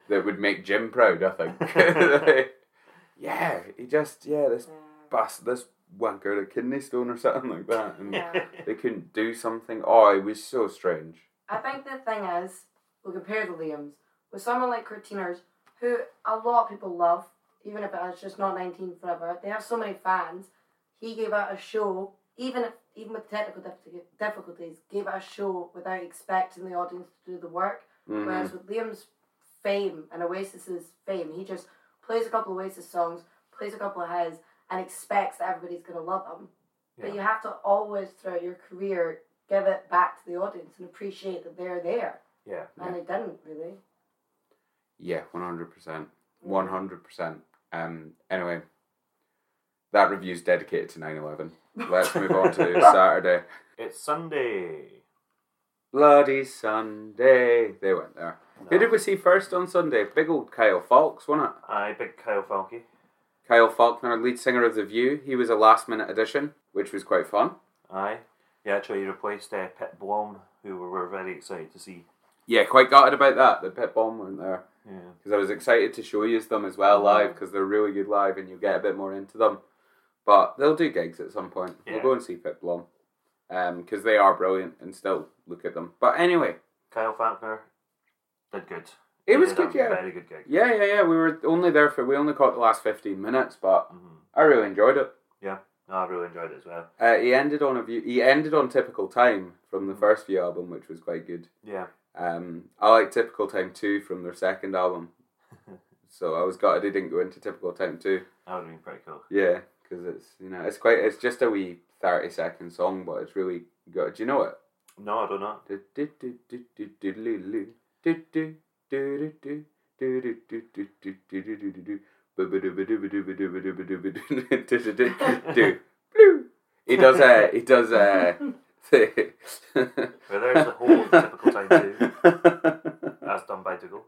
B: that would make Jim proud, I think. <laughs> yeah, he just yeah, this
A: Yeah.
B: bust this wanker a kidney stone or something like that. And
A: Yeah.
B: they couldn't do something. Oh, it was so strange.
A: I think the thing is, we'll compare the Liams with someone like Cortinas, who a lot of people love, even if it's just not 19 forever. They have so many fans. He gave out a show, even if, even with technical difficu- difficulties, gave out a show without expecting the audience to do the work.
C: Mm-hmm.
B: Mhm.
A: Whereas with Liam's fame and Oasis's fame, he just plays a couple of Oasis songs, plays a couple of his, and expects that everybody's going to love him.
C: Yeah.
A: But you have to always, throughout your career, give it back to the audience and appreciate that they're there.
C: Yeah.
A: And they didn't really.
B: Yeah, one hundred percent, one hundred percent. Um. Anyway, that review's dedicated to 9-11. Let's move on to Saturday.
C: It's Sunday.
B: Bloody Sunday! They went there. Who
C: No.
B: did we see first on Sunday? Big old Kyle Falks, wasn't it?
C: Aye, big Kyle Falke.
B: Kyle Faulkner, lead singer of The View. He was a last minute addition, which was quite fun.
C: Aye. He actually replaced uh, Pet Blom, who we were very excited to see.
B: Yeah, quite gutted about that. The Pit Bomb weren't there.
C: Yeah.
B: because I was excited to show you them as
C: Mm-hmm.
B: well live because they're really good live and you get a bit more into them. But they'll do gigs at some point.
C: Yeah.
B: We'll go and see Pip Blom because they are brilliant and still look at them. But anyway,
C: Kyle Falkner did good.
B: it
C: He
B: was
C: did a
B: good. Yeah,
C: Very good gig.
B: yeah, yeah, yeah. We were only there for we only caught the last fifteen minutes, but
C: Mhm.
B: I really enjoyed it.
C: No, I really enjoyed it as well. Mm-hmm.
B: Uh, he ended on a view. He ended on typical time from the first view album, which was quite good.
C: Yeah.
B: Um, I like Typical Time 2 from their second
C: <laughs>
B: album. so I was gutted they didn't go into Typical Time 2.
C: That would have been pretty cool.
B: Yeah, because it's, you know, it's quite, it's just a wee 30 second song, but it's really good. Do you know it?
C: No, I don't know.
B: Do, do, do, do, do, do, do, do. Do, do, do, do, do, do, do, do, do, do, do, do, do, do. Do. Blue. He does a he does a thing.
C: Well, there's the whole
B: <laughs>
C: typical time too, as done by Dougal.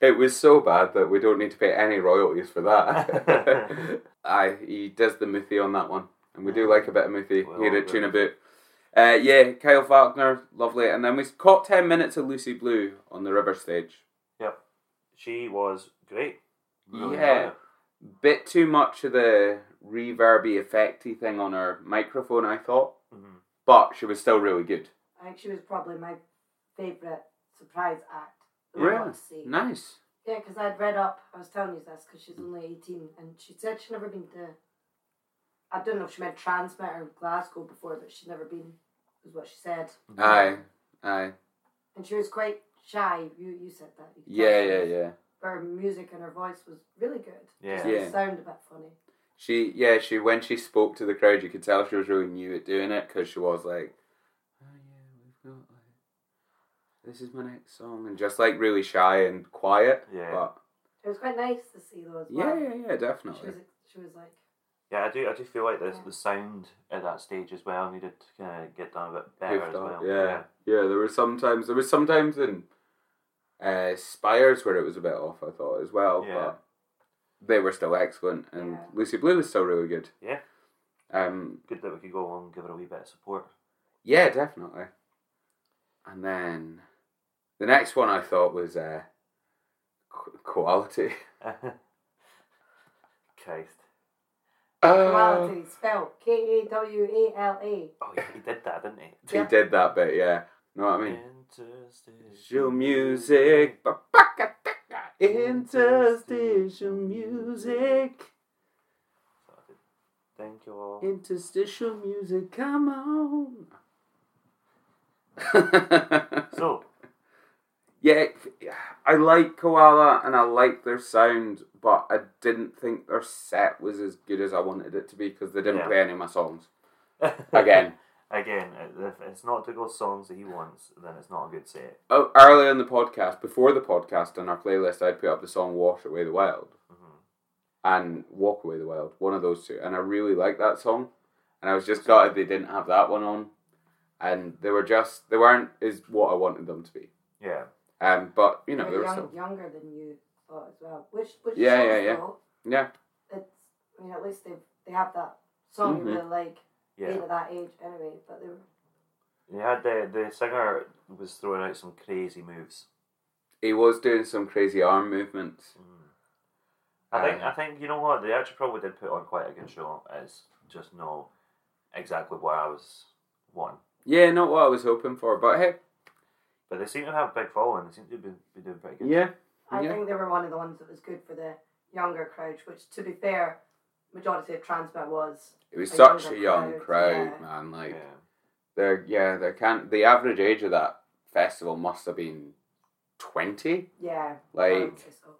B: It was so bad that we don't need to pay any royalties for
C: <laughs>
B: that. <laughs> Aye, he does the Muthi on that one. And we do like a bit of Muthi
C: Well,
B: here
C: well.
B: at Tuna Boot. Uh, yeah, Kyle Faulkner, lovely. And then we caught 10 minutes of Lucy Blue on the River stage.
C: Yep, she was great.
B: Yeah. Bit too much of the reverby effecty thing on her microphone, I thought.
C: Mhm.
B: But she was still really good.
A: I think she was probably my favourite surprise act. that I
B: Really?
A: got to see.
B: Nice.
A: Yeah, because I'd read up, I was telling you this, because she's only 18, and she said she'd never been to, I don't know if she meant Transmit or Glasgow before, but she'd never been, was what she said.
B: Aye, aye.
A: And she was quite shy. You you said that. You could
B: Yeah,
A: tell she
B: yeah,
A: was-
B: yeah.
A: Her music and her voice was really good.
C: Yeah.
A: Just
B: Yeah.
A: sound a bit funny.
B: She, yeah, she when she spoke to the crowd, you could tell she was really new at doing it because she was like, "Oh yeah, we've got like, this is my next song," and just like really shy and quiet.
C: Yeah.
B: But
A: It was quite nice to see though as
B: yeah,
A: well.
B: yeah, yeah,
A: She
B: definitely.
A: was she was like
C: Yeah, I do. I do feel like the
A: Yeah.
C: the sound at that stage as well needed to kind of get done a bit better
B: Hoofed
C: as
B: up,
C: well.
B: yeah, yeah. There were sometimes there was sometimes in uh, Spires where it was a bit off. I thought as well,
C: Yeah.
B: but they were still excellent, and
A: Yeah.
B: Lucy Blue was still really good.
C: Yeah.
B: Um,
C: Good that we could go along and give her a wee bit of support. <laughs>
B: Yeah, definitely. And then the next one I thought was uh, qu- quality.
C: Christ.
B: Uh,
C: Uh,
A: quality spelled K A W A L A.
C: Oh, he, he did that, didn't he?
B: he did that bit, yeah. Know what I mean? Interstitial
C: Interstitial
B: music. ba-ba-ka-ta-ka. Interstitial music.
C: Thank you all.
B: Interstitial music, come on. <laughs>
C: So, <laughs>
B: yeah, I like Koala and I like their sound, but I didn't think their set was as good as I wanted it to be because they didn't
C: Yeah.
B: play any of my songs. Again, <laughs>
C: Again, if it's not Dougal's songs that he wants, then it's not a good set.
B: oh, earlier in the podcast, before the podcast, on our playlist, I'd put up the song "Wash Away the Wild"
C: Mhm.
B: and "Walk Away the Wild," one of those two, and I really like that song. And I was just gutted they didn't have that one on, and they were just they weren't is what I wanted them to be.
C: Yeah.
B: Um, but you know
A: They're
B: they were
A: young,
B: still
A: younger than you thought as well. Which which
B: Yeah,
A: shows,
B: yeah, yeah.
A: though,
B: yeah
A: it's I mean at least they they have that
B: Mhm.
A: song you really like being
C: Yeah.
A: at that age anyway, but they were
C: He had the, the singer was throwing out some crazy moves.
B: he was doing some crazy arm movements.
C: I think
B: Uh,
C: I think you know what they actually probably did put on quite a good show. It's just not exactly what I was wanting,
B: Yeah, not what I was hoping for, but hey,
C: but they seem to have a big following. They seem to be, be doing pretty good.
B: yeah,
A: I
B: Yeah.
A: think they were one of the ones that was good for the younger crowd, which, to be fair, majority of Transmit was.
B: it was
A: A
B: such
A: younger
B: a young
A: crowd,
B: crowd,
A: yeah.
B: man. Like
C: Yeah.
B: they're yeah, they can the average age of that festival must have been twenty.
A: Yeah. I
B: Like
A: would say Um, so.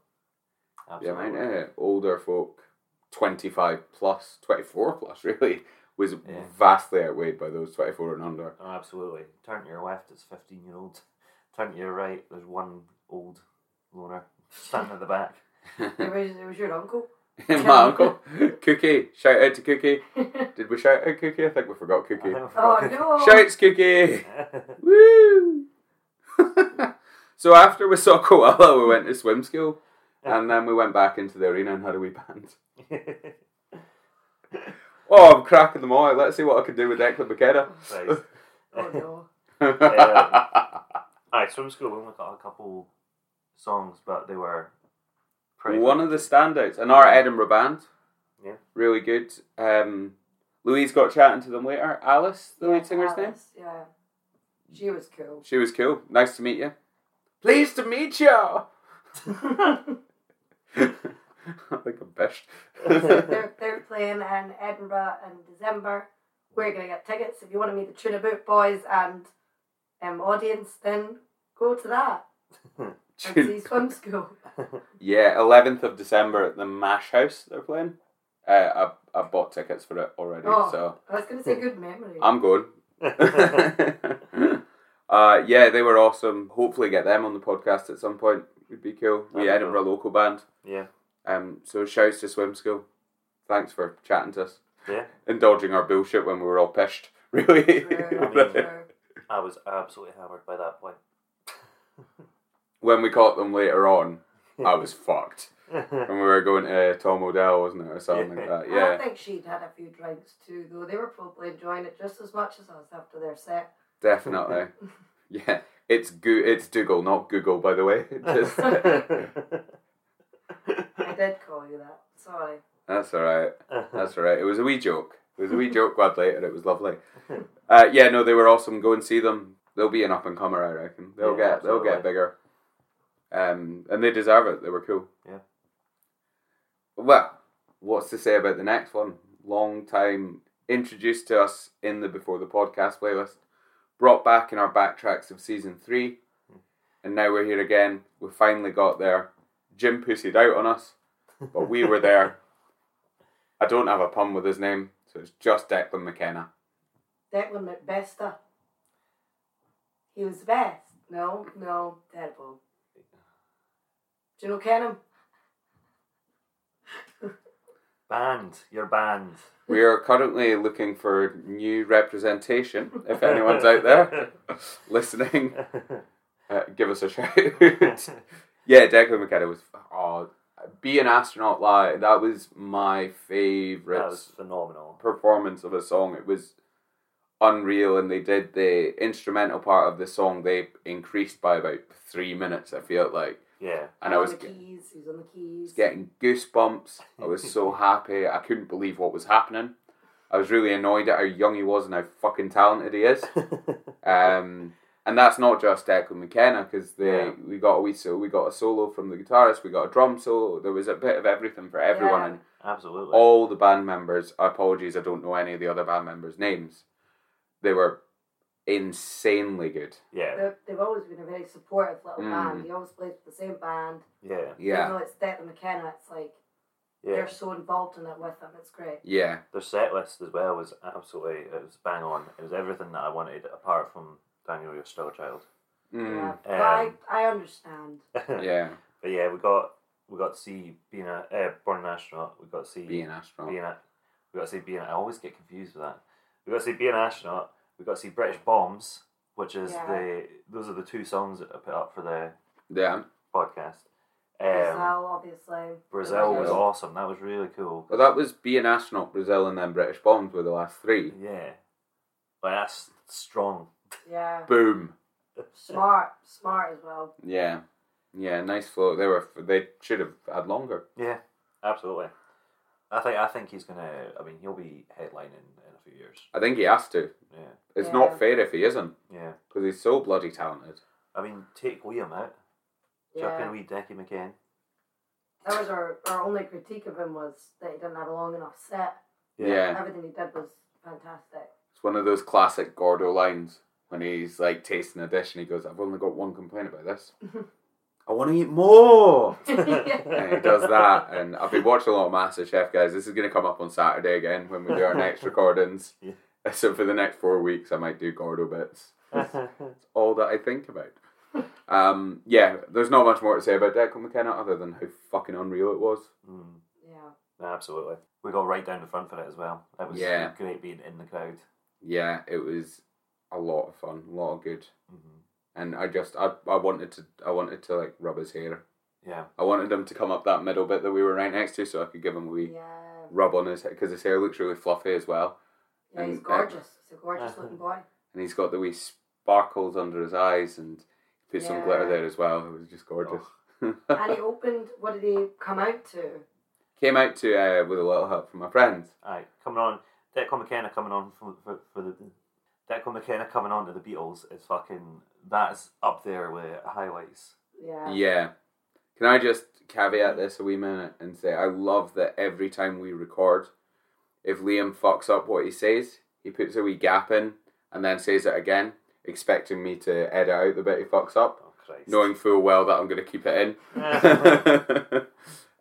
B: the amount
C: absolutely.
B: of older folk, twenty five plus, twenty four plus, <laughs> really was
C: Yeah.
B: vastly outweighed by those twenty four and
A: <laughs>
B: under. <laughs>
C: Oh, absolutely. Turn to your left, it's 15 year old. Turn to your right, there's one old loner standing at the back.
B: Hmm.
A: It was, it was your uncle. <laughs>
B: My uncle, Cookie, shout out to Cookie. Did we shout out Cookie? I think we forgot
C: I
B: Cookie.
C: think I
A: oh,
C: forgot.
A: no.
B: Shouts Cookie. Woo! <laughs> so after we saw Koala, we went to swim school, and then we went back into the arena and had a wee band. Oh, I'm cracking them all. out. Let's see what I can do with Declan
C: <laughs> Right.
A: Oh, no.
B: <laughs> McKenna.
C: Alright, swim school, we only got a couple songs, but they were pretty.
B: One of the standouts, and our Edinburgh band.
C: Yeah.
B: Really good. Um, Louise got chatting to them later. Alice, the lead singer's name.
A: Alice, Yeah. She was
B: <laughs>
A: cool.
B: She was cool. Nice to meet you. Pleased to meet <laughs> you. like <laughs> a bitch.
A: they're, they're playing in Edinburgh in December. We're going to get tickets. If you want to meet the Tuna Boot Boys and um, audience, then Go to that and see swim school.
B: Yeah, 11th of December at the Mash House they're playing. Uh, I, I bought tickets for it already,
A: Oh.
B: so hmm.
A: I was going to say good memory.
B: I'm
C: <laughs>
B: going. <laughs> uh, yeah, they were awesome. Hopefully, get them on the podcast at some point. Would be cool.
C: That'd
B: We
C: be
B: Edinburgh local band.
C: <laughs> yeah,
B: Um, so shouts to Swim School. Thanks for chatting to us,
C: yeah.
B: indulging our bullshit when we were all pissed. <laughs> Really. <laughs>
A: True,
C: I mean-
A: true.
C: I was absolutely hammered by that point.
B: when we caught them later on, I
C: <laughs>
B: was fucked. And we were going to Tom O'Dell, wasn't it, or something
C: <laughs>
B: like that?
A: I
B: Yeah,
A: think she'd had a few drinks too, though. They were probably enjoying it just as much as us after their set.
B: definitely. Yeah, it's Go- it's Dougal, not Google, by the way.
C: <laughs>
B: Just-
A: I did call you that. Sorry.
B: That's all right. That's all right. It was a wee joke. It was a wee joke. Glad later. It was lovely. Uh, yeah, no, they were awesome. Go and see them. They'll be an up and comer, I reckon. They'll
C: Yeah,
B: get they'll
C: absolutely.
B: get bigger. Um, and they deserve it. They were cool.
C: Yeah.
B: Well, what's to say about the next one? Long time introduced to us in the before the podcast playlist, brought back in our backtracks of season three,
C: Hmm.
B: and now we're here again. We finally got there. Jim pussied out on us, but we were there.
C: <laughs>
B: I don't have a pun with his name, so it's just Declan McKenna.
A: Declan McBester. He was the best. No, no, terrible. Do you know Kenham?
C: banned. You're banned.
B: We are currently looking for new representation. If anyone's out there
C: <laughs>
B: <laughs> listening, uh, give us a
C: <laughs>
B: shout. yeah, Declan McKenna was oh, be an astronaut live. That was my favourite
C: That was phenomenal.
B: performance of a song. It was unreal, and they did the instrumental part of the song. They increased by about three minutes. I feel like,
C: Yeah. <laughs>
B: and I was.
A: on Oh, the keys. He was on the keys.
B: was getting goosebumps. I was so happy. I couldn't believe what was happening. I was really annoyed at how young he was and how fucking talented he is. Um, and that's not just Declan McKenna because
C: Yeah.
B: we got a wee so we got a solo from the guitarist, we got a drum solo. There was a bit of everything for everyone,
A: Yeah.
B: and
C: Absolutely.
B: all the band members. Apologies, I don't know any of the other band members' names. They were insanely good.
C: yeah.
A: They're- They've always been a very supportive little
B: Mm.
A: band. He always plays with the same band.
C: Yeah.
A: Even
B: Yeah,
A: though it's Declan McKenna, it's like
C: Yeah.
A: they're so involved in it with him. It's great.
B: yeah,
C: Their set list as well was absolutely it was bang on. It was everything that I wanted apart from Daniel, you're still a child. <laughs>
B: mm,
A: Yeah. But I,
C: Um,
A: I understand.
B: yeah.
C: But yeah, we got we got to see being a uh, born an astronaut. We got to see
B: Being an astronaut.
C: being a we got to see being. I always get confused with that. We got to see being an astronaut. We got to see British Bombs, which is
A: Yeah.
C: the those are the two songs that I put up for the
B: yeah.
C: podcast. Um,
A: Brazil, obviously.
C: Brazil was
B: Brazil.
C: awesome. That was really cool.
B: Well, that was Be an Astronaut, Brazil, and then British Bombs were the last three.
C: Yeah, but that's strong.
A: Yeah.
B: Boom.
A: Smart. Smart as well.
B: Yeah. Yeah, nice float. They were. They should have had longer.
C: Yeah, absolutely. I think I think he's gonna. I mean, he'll be headlining in a few years.
B: I think he has to.
C: Yeah,
B: It's
A: Yeah.
B: not fair if he isn't,
C: yeah.
B: because he's so bloody talented.
C: I mean, take Liam out. Chuck in
A: Yeah.
C: wee Decky McCann.
A: That was our, our only critique of him was that he didn't have a long enough set.
B: Yeah.
A: Everything he did was fantastic.
B: It's one of those classic Gordo lines when he's like tasting a dish and he goes, "I've only got one complaint about this. I want to eat more." <laughs> and he does that, and I've been watching a lot of MasterChef, guys. This is going to come up on Saturday again when we do our next recordings.
C: Yeah.
B: So for the next four weeks, I might do Gordo bits. all that I think about. Um, yeah, there's not much more to say about Declan McKenna other than how fucking unreal it was.
C: <laughs> mm,
A: Yeah.
C: absolutely. We got right down the front for it as well. That was
B: Yeah.
C: great being in the crowd.
B: Yeah, it was a lot of fun, a lot of good,
C: hmm
B: and I just I, I wanted to I wanted to like rub his hair.
C: Yeah,
B: I wanted him to come up that middle bit that we were right next to, so I could give him a wee
A: Yeah.
B: rub on his head because his hair looks really fluffy as well,
A: Yeah, he's
B: And, uh,
A: gorgeous. He's a gorgeous looking boy. <laughs>
B: and he's got the wee sparkles under his eyes and put some
A: Yeah.
B: glitter there as well. It was just gorgeous. Oh.
A: <laughs> And he opened, what did he come out to?
B: <laughs> Came out to uh, with a little help from my friends.
C: Aye, coming on. Declan McKenna coming on for, for, for the Declan McKenna coming on to the Beatles is fucking that's up there with highlights.
A: Yeah.
B: Yeah. Can I just caveat this a wee minute and say I love that every time we record, if Liam fucks up what he says, he puts a wee gap in and then says it again, expecting me to edit out the bit he fucks up.
C: Oh,
B: <laughs>
C: Christ.
B: knowing full well that I'm going to keep it in.
C: <laughs> Yeah.
B: <laughs>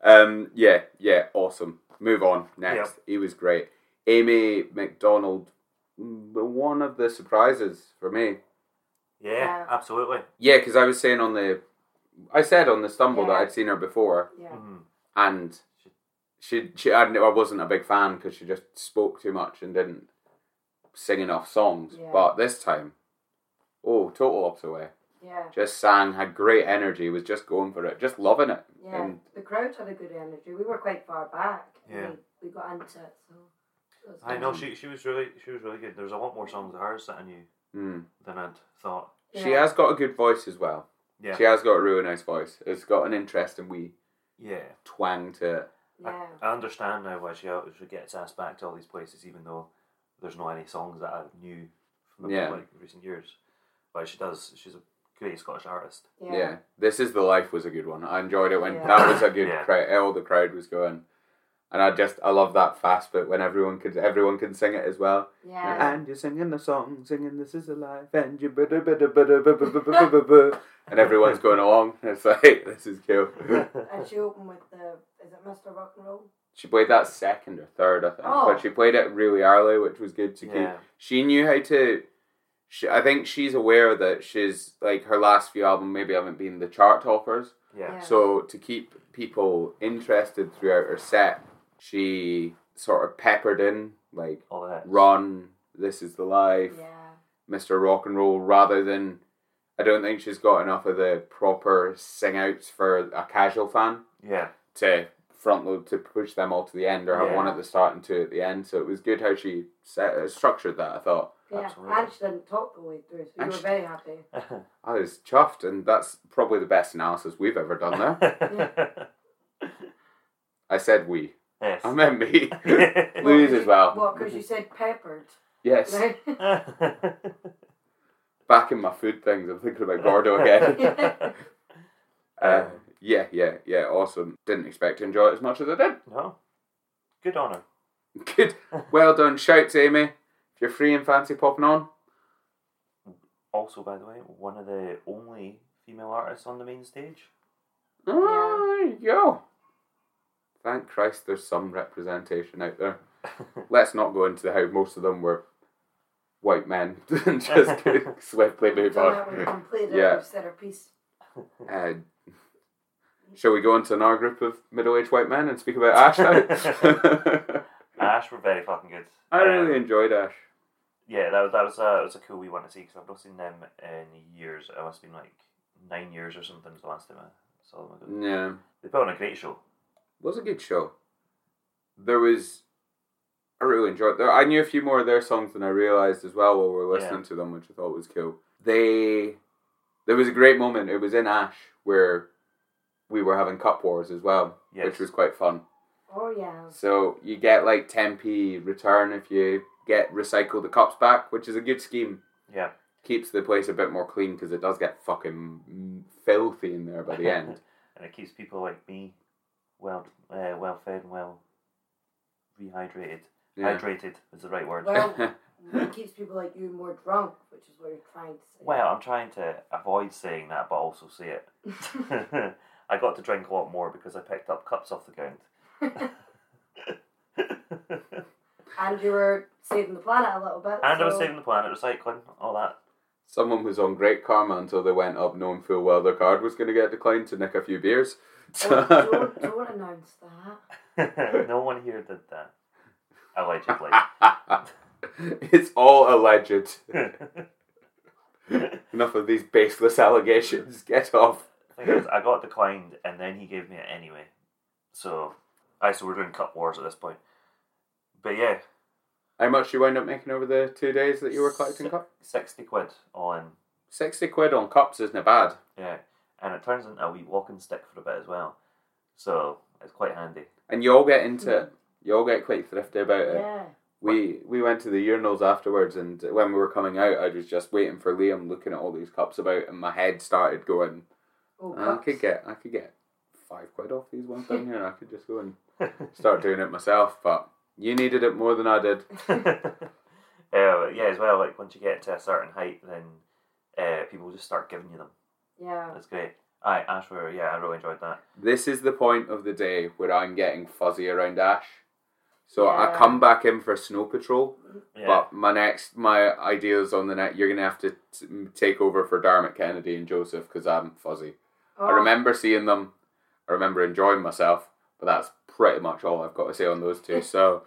B: um, yeah, yeah, awesome. Move on. Next, he was great. Amy McDonald, m- one of the surprises for me.
A: Yeah.
C: absolutely.
B: Yeah, because I was saying on the, I said on the stumble that
A: Yeah.
B: I'd seen her before,
A: Yeah.
C: Mhm.
B: and she, she, I, knew I wasn't a big fan because she just spoke too much and didn't sing enough songs.
A: Yeah.
B: But this time, oh, total opposite way.
A: Yeah.
B: Just sang, had great energy, was just going for it, just loving it.
A: Yeah.
B: And-
A: the crowd had a good energy. We were quite far back. and
C: Yeah.
A: We, we got into it, so. it was
C: I
A: good.
C: know she she was really she was really good. There was a lot more songs of hers that I knew
B: Mm.
C: than I'd thought.
B: She
A: Yeah.
B: has got a good voice as well.
C: Yeah,
B: She has got a really nice voice. It's got an interesting wee
C: yeah.
B: twang to it.
A: Yeah.
C: I understand now why she she gets asked back to all these places, even though there's not any songs that I knew from the
B: Yeah.
C: like recent years. But she does. She's a great
B: <laughs>
C: Scottish artist.
B: Yeah. This is the life was a good one. I enjoyed it when
A: Yeah.
B: that was a good
C: Yeah.
B: crowd. All the crowd was going, and I just I love that fast bit when everyone could everyone can sing it as well.
A: Yeah.
B: And you're singing the song, singing this is a life, and you bada bada bada bada bada bada bada bada. and everyone's going along. <laughs> It's like this is
A: <laughs>
B: cool.
A: And she opened with the is it Mr. Rock and Roll?
B: She played that second or third, I think,
A: Oh.
B: but she played it really early, which was good to keep.
C: yeah,
B: she knew how to she, i think she's aware that she's like her last few albums maybe haven't been the chart toppers
C: yeah,
A: Yeah.
B: so to keep people interested throughout her set she sort of peppered in like
C: all that.
B: run this is the life
A: Yeah.
B: mr rock and roll rather than i don't think she's got enough of the proper sing outs for a casual fan
C: Yeah,
B: to front load to push them all to the end or have
C: Yeah.
B: one at the start and two at the end so it was good how she set, uh, structured that i thought
A: Yeah.
C: Absolutely.
A: And she didn't talk the way through, so
B: And
A: you
B: she-
A: were very happy.
B: I was chuffed, and that's probably the best analysis we've ever done
A: <laughs>
B: there. I said we.
C: <laughs>
B: <laughs>
C: yes.
B: I meant
A: <laughs>
B: me.
A: Well,
B: Louise
A: 'cause
B: as
A: you-
B: well.
A: Well, because you said peppered,
B: yes.
A: right?
B: Back in my food things, I'm thinking about
C: <laughs>
B: Gordo again. Uh, yeah, yeah, yeah, awesome. Didn't expect to enjoy it as much as I did. <laughs>
C: no, good honor.
B: Good. Well done. Shouts, Amy. If you're free and fancy popping on.
C: Also, by the way, one of the only female artists on the main stage.
B: Ah,
C: <laughs>
B: there you go. Thank Christ there's some representation out there. Let's not go into how most of them were white men <laughs> and just swiftly
A: Done
B: move
A: that when we
B: on.
A: completed
B: Yeah.
A: yeah. we've said our piece.
B: Uh, shall we go into another group of middle-aged white men and speak about Ash now?
C: Ash were very fucking good.
B: <laughs> I
C: Um,
B: really enjoyed Ash.
C: yeah, that was that was a that was a cool wee one to see because I've not seen them in years. It must have been like nine years or something. was The last time I saw them, again.
B: Yeah,
C: they put on a great show.
B: was a good show. There was, I really enjoyed. There, I knew a few more of their songs than I realized as well while we were listening to them, which I thought was cool. They, there was a great moment. It was in Ash where we were having cup wars as well,
C: Yes.
B: which was quite fun.
A: Oh yeah.
B: So you get like 10p return if you get recycle the cups back, which is a good scheme.
C: Yeah,
B: Keeps the place a bit more clean because it does get fucking mm, filthy in there by
C: <laughs>
B: the end.
C: and it keeps people like me well uh, well fed and well rehydrated.
B: Yeah.
C: Hydrated is the right word.
A: Well,
B: <laughs>
A: it keeps people like you more drunk, which is what you're trying to say.
C: Well, I'm trying to avoid saying that, but also say it. <laughs> I got to drink a lot more because I picked up cups off the
A: <laughs>
C: ground. <laughs> and
A: <laughs> and you were saving the planet a little bit.
C: I was
A: so-
C: saving the planet, recycling, all that.
B: Someone was on great karma until they went up knowing full well their card was going to get declined to nick a few beers.
A: Don't,
C: <laughs>
A: don't, don't announce that.
C: no one here did that. Allegedly.
B: <laughs> it's all alleged. Enough of these baseless allegations. Get off.
C: Thing is, I got declined and then he gave me it anyway. So, I so we're doing cup wars at this point. But yeah,
B: How much you wind up making over the two days that you were collecting
C: Si-
B: cups?
C: 60 quid all in.
B: 60 quid on cups isn't bad.
C: Yeah. And it turns into a wee walking stick for a bit as well. So, it's quite handy. <laughs>
B: And you all get into it. You all get quite thrifty about it.
A: Yeah.
B: We we went to the urinals afterwards, and when we were coming out, I was just waiting for Liam, looking at all these cups about, and my head started going.
A: Oh,
B: I
A: cups.
B: could get I could get five quid off these ones down here, and I could just go and start doing it myself. But you needed it more than I did.
C: uh, yeah, as well. Like once you get to a certain height, then uh, people just uh, start giving you them.
A: Yeah.
C: That's great. Aye, Ashware, yeah, I really enjoyed that.
B: This is the point of the day where I'm getting fuzzy around Ash. So I
A: Yeah.
B: come back in for snow patrol,
C: Yeah.
B: but my next my ideas on the net you're gonna have to t- take over for Dermot Kennedy and Joseph because I'm fuzzy.
A: Oh,
B: I remember seeing them. I remember enjoying myself, but that's pretty much all I've got to say on those
A: <laughs>
B: two. So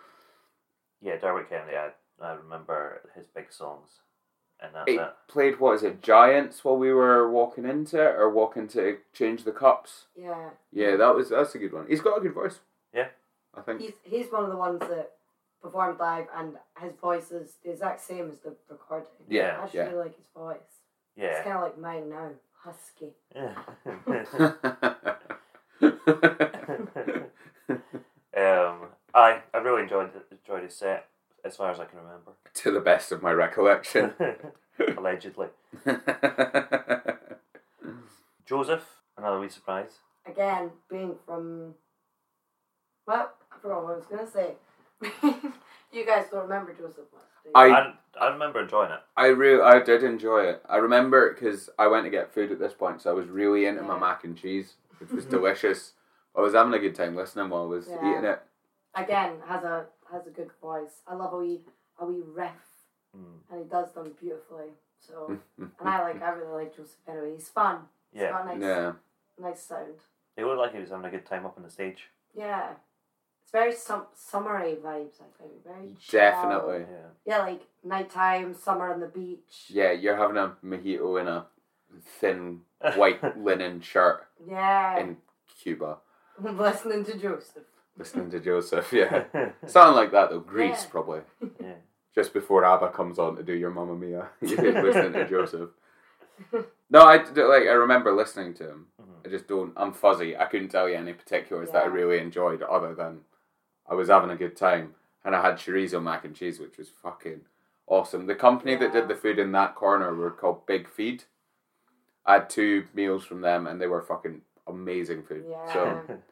C: yeah, Dermot Kennedy, I, I remember his big songs, and that's
B: it
C: it.
B: played what is it Giants while we were walking into it, or walking to change the cups.
A: Oh, Yeah.
B: Yeah, that was that's a good one. He's got a good voice.
C: Yeah.
B: I
A: <laughs>
B: think. <laughs>
A: He's he's one of the ones that performed live, and his voice is the exact same as the recording.
B: Yeah,
A: I just
B: yeah.
A: really like his voice. It's
C: Yeah.
A: kind of like mine now, husky.
C: <laughs> um, Um, I I really enjoyed enjoyed his set as far as I can remember.
B: to the best of my
C: <laughs>
B: recollection.
C: Allegedly,
B: yeah,
C: Joseph, another wee surprise.
A: Again, being from well, I forgot what I was gonna say. <laughs> you guys don't remember Joseph much. do you?
B: I-
C: I I remember enjoying it.
B: I really, I did enjoy it. I remember it because I went to get food at this point, so I was really into my
A: Yeah.
B: mac and cheese, which
A: <laughs>
B: was delicious. I was having a good time listening while I was
A: Yeah.
B: eating it.
A: Again, has a has a good voice. I love a wee a wee riff,
C: Mm,
A: and he does them beautifully. So, and
B: <laughs>
A: I like I really like Joseph anyway. He's fun. He's
C: yeah,
A: got a nice
B: Yeah,
A: nice sound.
C: he looked like he was having a good time up on the stage.
A: Yeah. It's very sum- summery vibes, I think. Very chill.
B: definitely.
C: Yeah,
A: Yeah, like nighttime, summer on the beach.
B: Yeah, you're having a mojito in a thin
C: <laughs>
B: white linen shirt
A: Yeah.
B: in Cuba,
A: <laughs> Listening to Joseph.
B: listening to Joseph.
C: <laughs>
B: Yeah,
C: yeah.
B: something like that though. Greece
A: Yeah.
B: probably. just before ABBA comes on to do your Mamma Mia, <laughs> you can listen to Joseph. No, I d- like. I remember listening to him.
C: Mhm.
B: I just don't. I'm fuzzy. I couldn't tell you any particulars that I
A: Yeah.
B: really enjoyed, other than I was having a good time and I had chorizo mac and cheese, which was fucking awesome. The company that
A: Yeah.
B: did the food in that corner were called Big Feed. I had two meals from them, and they were fucking amazing food.
A: Yeah.
B: So,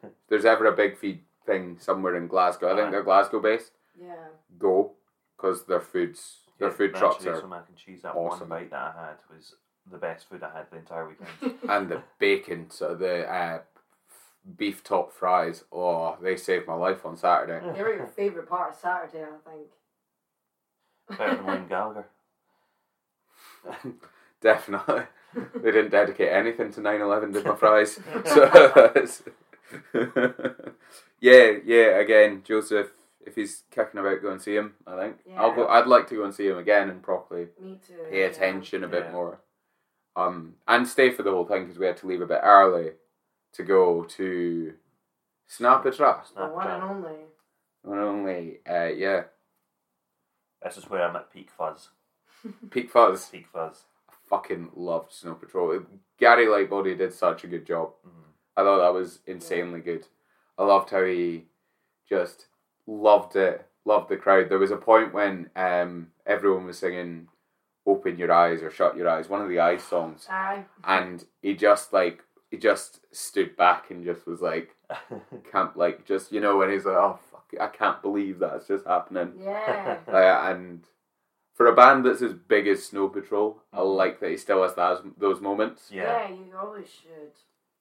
B: if there's ever a Big Feed thing somewhere in Glasgow. I think
C: Aye.
B: they're Glasgow based
A: Yeah.
B: go because their foods their
C: Yeah,
B: food
C: that
B: trucks
C: chorizo
B: are
C: mac and cheese. That
B: awesome.
C: one bite that I had was the best food I had the entire weekend.
B: and
C: <laughs>
B: the bacon so the uh, beef top fries oh they saved my life on saturday
A: They were your favourite part of Saturday, I think.
C: Better than Wayne
B: <laughs>
C: Gallagher.
B: definitely <laughs> they didn't dedicate anything to 9-11 did my fries so <laughs> it's- yeah yeah again joseph if he's kicking about go and see him i think i'll go i'd like to go and see him again and properly
A: <laughs> Me too.
B: pay
A: yeah.
B: attention a bit
C: Yeah.
B: more. Um, and stay for the whole thing because we had to leave a bit early to go to Snapchat.
A: The one and
C: Snapchat.
A: only.
B: Not only, uh, yeah,
C: This is where I'm at peak fuzz.
B: Peak Fuzz.
C: Peak fuzz.
B: I fucking loved Snow Patrol. Gary Lightbody did such a good job.
C: Mm.
B: I thought that was insanely good. I loved how he just loved it, loved the crowd. There was a point when um, everyone was singing Open Your Eyes or Shut Your Eyes, one of the Eyes songs.
A: Aye.
B: and he just like he just stood back and just was like
C: Mm. <laughs>
B: can't like just you know when he's like oh fuck I can't believe that's just
C: <laughs>
B: happening
A: Yeah.
B: uh, and for a band that's as big as Snow Patrol I like that he still has those those moments
C: yeah.
A: you always should.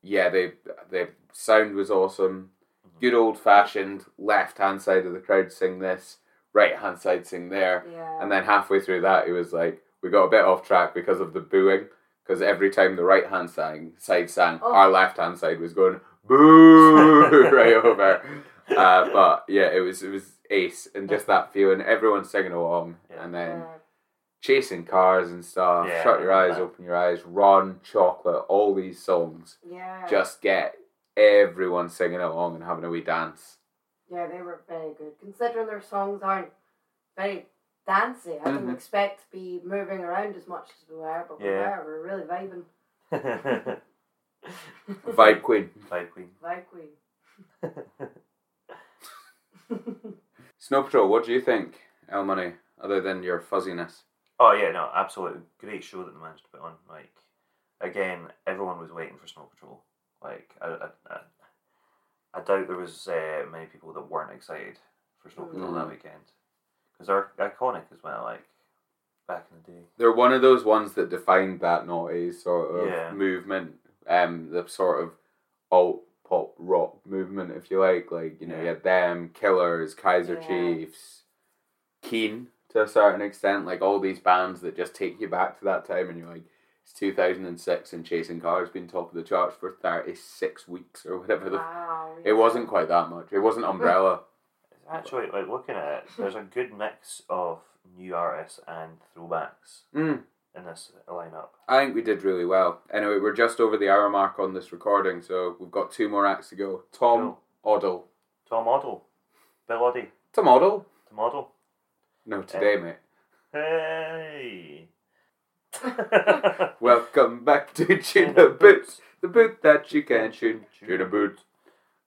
B: yeah they the sound was awesome
C: Mm-hmm.
B: good old fashioned left hand side of the crowd sing this right hand side sing there
A: Yeah.
B: and then halfway through that, he was like, "We got a bit off track because of the booing, because every time the right hand sang, side sang,
A: Oh.
B: our left hand side was going boo <laughs> right
A: <laughs>
B: over." Uh, but yeah, it was it was ace, and just that feeling, everyone singing along,
C: Yeah.
B: and then
A: Yeah.
B: chasing cars and stuff.
C: Yeah,
B: Shut your
C: I
B: eyes,
C: remember that.
B: open your eyes. Ron, chocolate, all these songs
A: yeah.
B: just get everyone singing along and having a wee dance.
A: Yeah, they were very good. Considering their songs aren't very dancey, I didn't
B: Mhm.
A: expect to be moving around as much as we were, but we
C: Yeah.
A: were. We were really
C: <laughs>
A: vibing.
B: Vibe queen.
C: Vibe queen.
A: Vibe
C: <laughs>
A: queen. <laughs>
B: Snow Patrol, what do you think, El Money, other than your fuzziness?
C: Oh yeah, no, absolutely great show that they managed to put on. Like again, everyone was waiting for Snow Patrol. Like I, I, I, I doubt there was uh, many people that weren't excited for Snow Patrol that
B: Mm.
C: weekend because they're iconic as well. Like back in the day.
B: They're one of those ones that defined that naughty sort of
C: Yeah.
B: movement, um, the sort of alt pop rock movement, if you like. Like you know, you
C: Yeah.
B: had them, Killers, Kaiser
A: Yeah.
B: Chiefs, Keen to a certain extent. Like all these bands that just take you back to that time, and you're like, it's 2006, and Chasing Cars been top of the charts for 36 weeks or whatever. The f-
A: Wow.
B: it wasn't quite that much. It wasn't Umbrella.
C: It's Actually, like looking at it, there's a good mix of new artists and throwbacks
B: Mm.
C: in this lineup.
B: I think we did really well. Anyway, we're just over the hour mark on this recording, so we've got two more acts to go. Tom Oddle.
C: Tom Oddle, Bill Oddie,
B: Tom Oddle?
C: Tom Oddle.
B: No, today, mate. <laughs>
C: Hey.
B: Welcome back to Tuna Boots, the boot that you can shoot. Tuna Boot.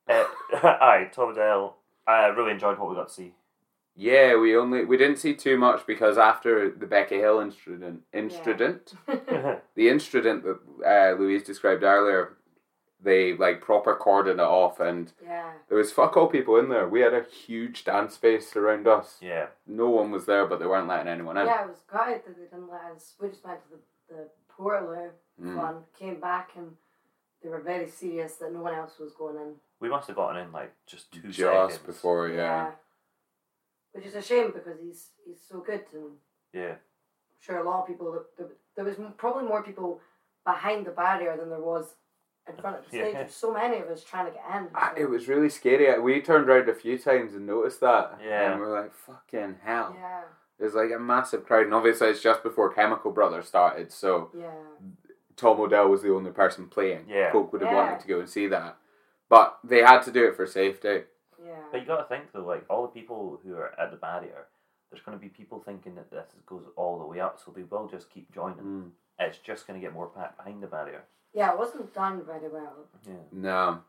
C: Uh, <laughs> aye, Tom Adele. I really enjoyed what we got to see. <laughs>
B: Yeah, we only we didn't see too much because after the Becky Hill incident, incident, the incident that uh, Louise described earlier, they like proper cordoned it off, and
A: <laughs> yeah.
B: there was fuck all people in there. We had a huge dance space around us.
C: yeah.
B: No one was there, but they weren't letting anyone in.
A: Yeah, I was gutted that they didn't let us. We just went to the, the Portaloo
B: Mm.
A: one, came back, and they were very serious that no one else was going in.
C: We must have gotten in like just two
B: just
C: seconds.
B: before, Oh, yeah.
A: Which is a shame because he's he's so good, and I'm
C: Yeah.
A: sure a lot of people that- there, there was probably more people behind the barrier than there was in front of the stage.
C: Yeah.
A: There's so many of us trying to get in.
B: Ah,
A: so-
B: It was really scary. We turned around a few times and noticed that.
C: Yeah.
B: And we were like, fucking hell.
A: Yeah,
B: There's like a massive crowd. And obviously, it's just before Chemical Brothers started, so
A: yeah.
B: Tom O'Dell was the only person playing.
C: Yeah.
B: Folk would have
A: Yeah.
B: wanted to go and see that. But they had to do it for safety.
A: Yeah.
C: But you got to think though, like all the people who are at the barrier, there's going to be people thinking that this goes all the way up, so they will just keep joining. It's just going to get more packed behind the barrier.
A: yeah, it wasn't done very well.
C: Yeah.
B: No.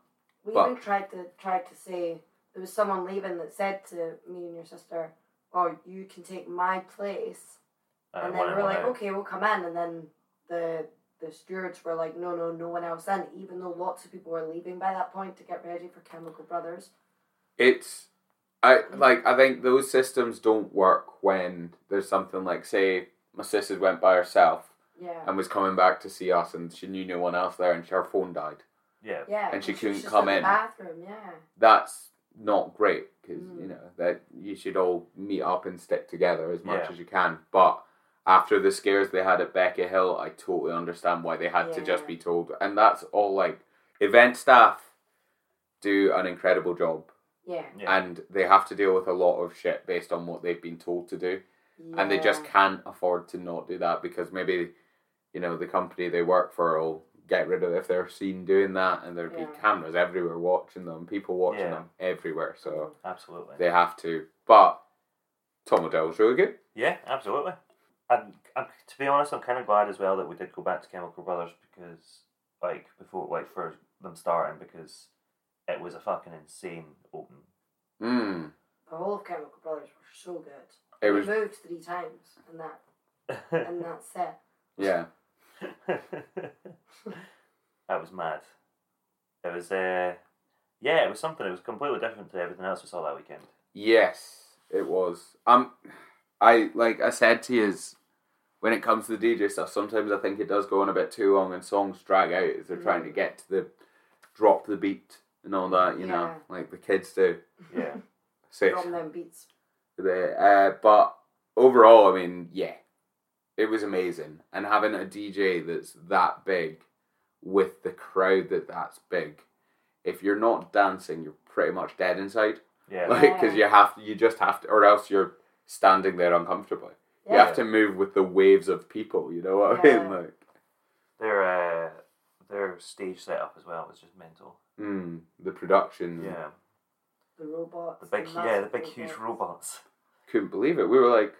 A: We
B: But-
A: even tried to tried to say there was someone leaving that said to me and your sister, "Oh, you can take my place,"
C: Uh,
A: and
C: one
A: then we
C: in,
A: were
C: one
A: like,
C: out.
A: "Okay, we'll come in," and then the the stewards were like, "No, no, no one else in," even though lots of people were leaving by that point to get ready for Chemical Brothers.
B: it's I like I think those systems don't work when there's something like say my sister went by herself
A: Yeah,
B: and was coming back to see us and she knew no one else there and her phone died.
C: Yeah.
A: yeah,
B: and she
A: was
B: couldn't
A: just
B: come
A: in.
B: in.
A: The bathroom, yeah,
B: That's not great because
A: Mm.
B: you know that you should all meet up and stick together as much
C: Yeah.
B: as you can. But after the scares they had at Becca Hill, I totally understand why they had to just
A: Yeah.
B: be told. And that's all like event staff do an incredible job
A: yeah,
C: Yeah.
B: and they have to deal with a lot of shit based on what they've been told to do. and they just
A: yeah.
B: can't afford to not do that because maybe you know the company they work for will get rid of if they're seen doing that and there'd be
A: Yeah.
B: cameras everywhere watching them people watching
C: Yeah.
B: them everywhere so
C: Absolutely.
B: they have to but Tom O'Dell's really good
C: Yeah, absolutely. And I'm, to be honest, I'm kind of glad as well that we did go back to Chemical Brothers because, like, before, like, for them starting, because it was a fucking insane open.
B: mm.
A: the whole of Chemical Brothers were so good.
B: it was
A: we moved three times in that in that set.
B: yeah
C: <laughs> that was mad. It was, uh, yeah, it was something. It was completely different to everything else we saw that weekend.
B: yes it was um I like I said to you when it comes to the DJ stuff sometimes I think it does go on a bit too long and songs drag out as they're trying to
A: Mm.
B: get to the drop the beat and all that you know
A: Yeah.
B: like the kids do
C: Yeah,
B: Six.
A: From them beats.
B: The, uh, but overall, I mean, yeah, it was amazing. And having a DJ that's that big with the crowd that that's big, if you're not dancing, you're pretty much dead inside.
C: yeah,
B: Like, because you have to, you just have to, or else you're standing there uncomfortably. You
A: Yeah.
B: have to move with the waves of people. You know what I
A: Yeah.
B: mean? Like,
C: their uh, their stage setup as well was just mental.
B: mm, the production.
C: Yeah,
A: The robots.
C: the big, yeah, the big huge
A: robots.
C: robots.
B: couldn't believe it. We were like,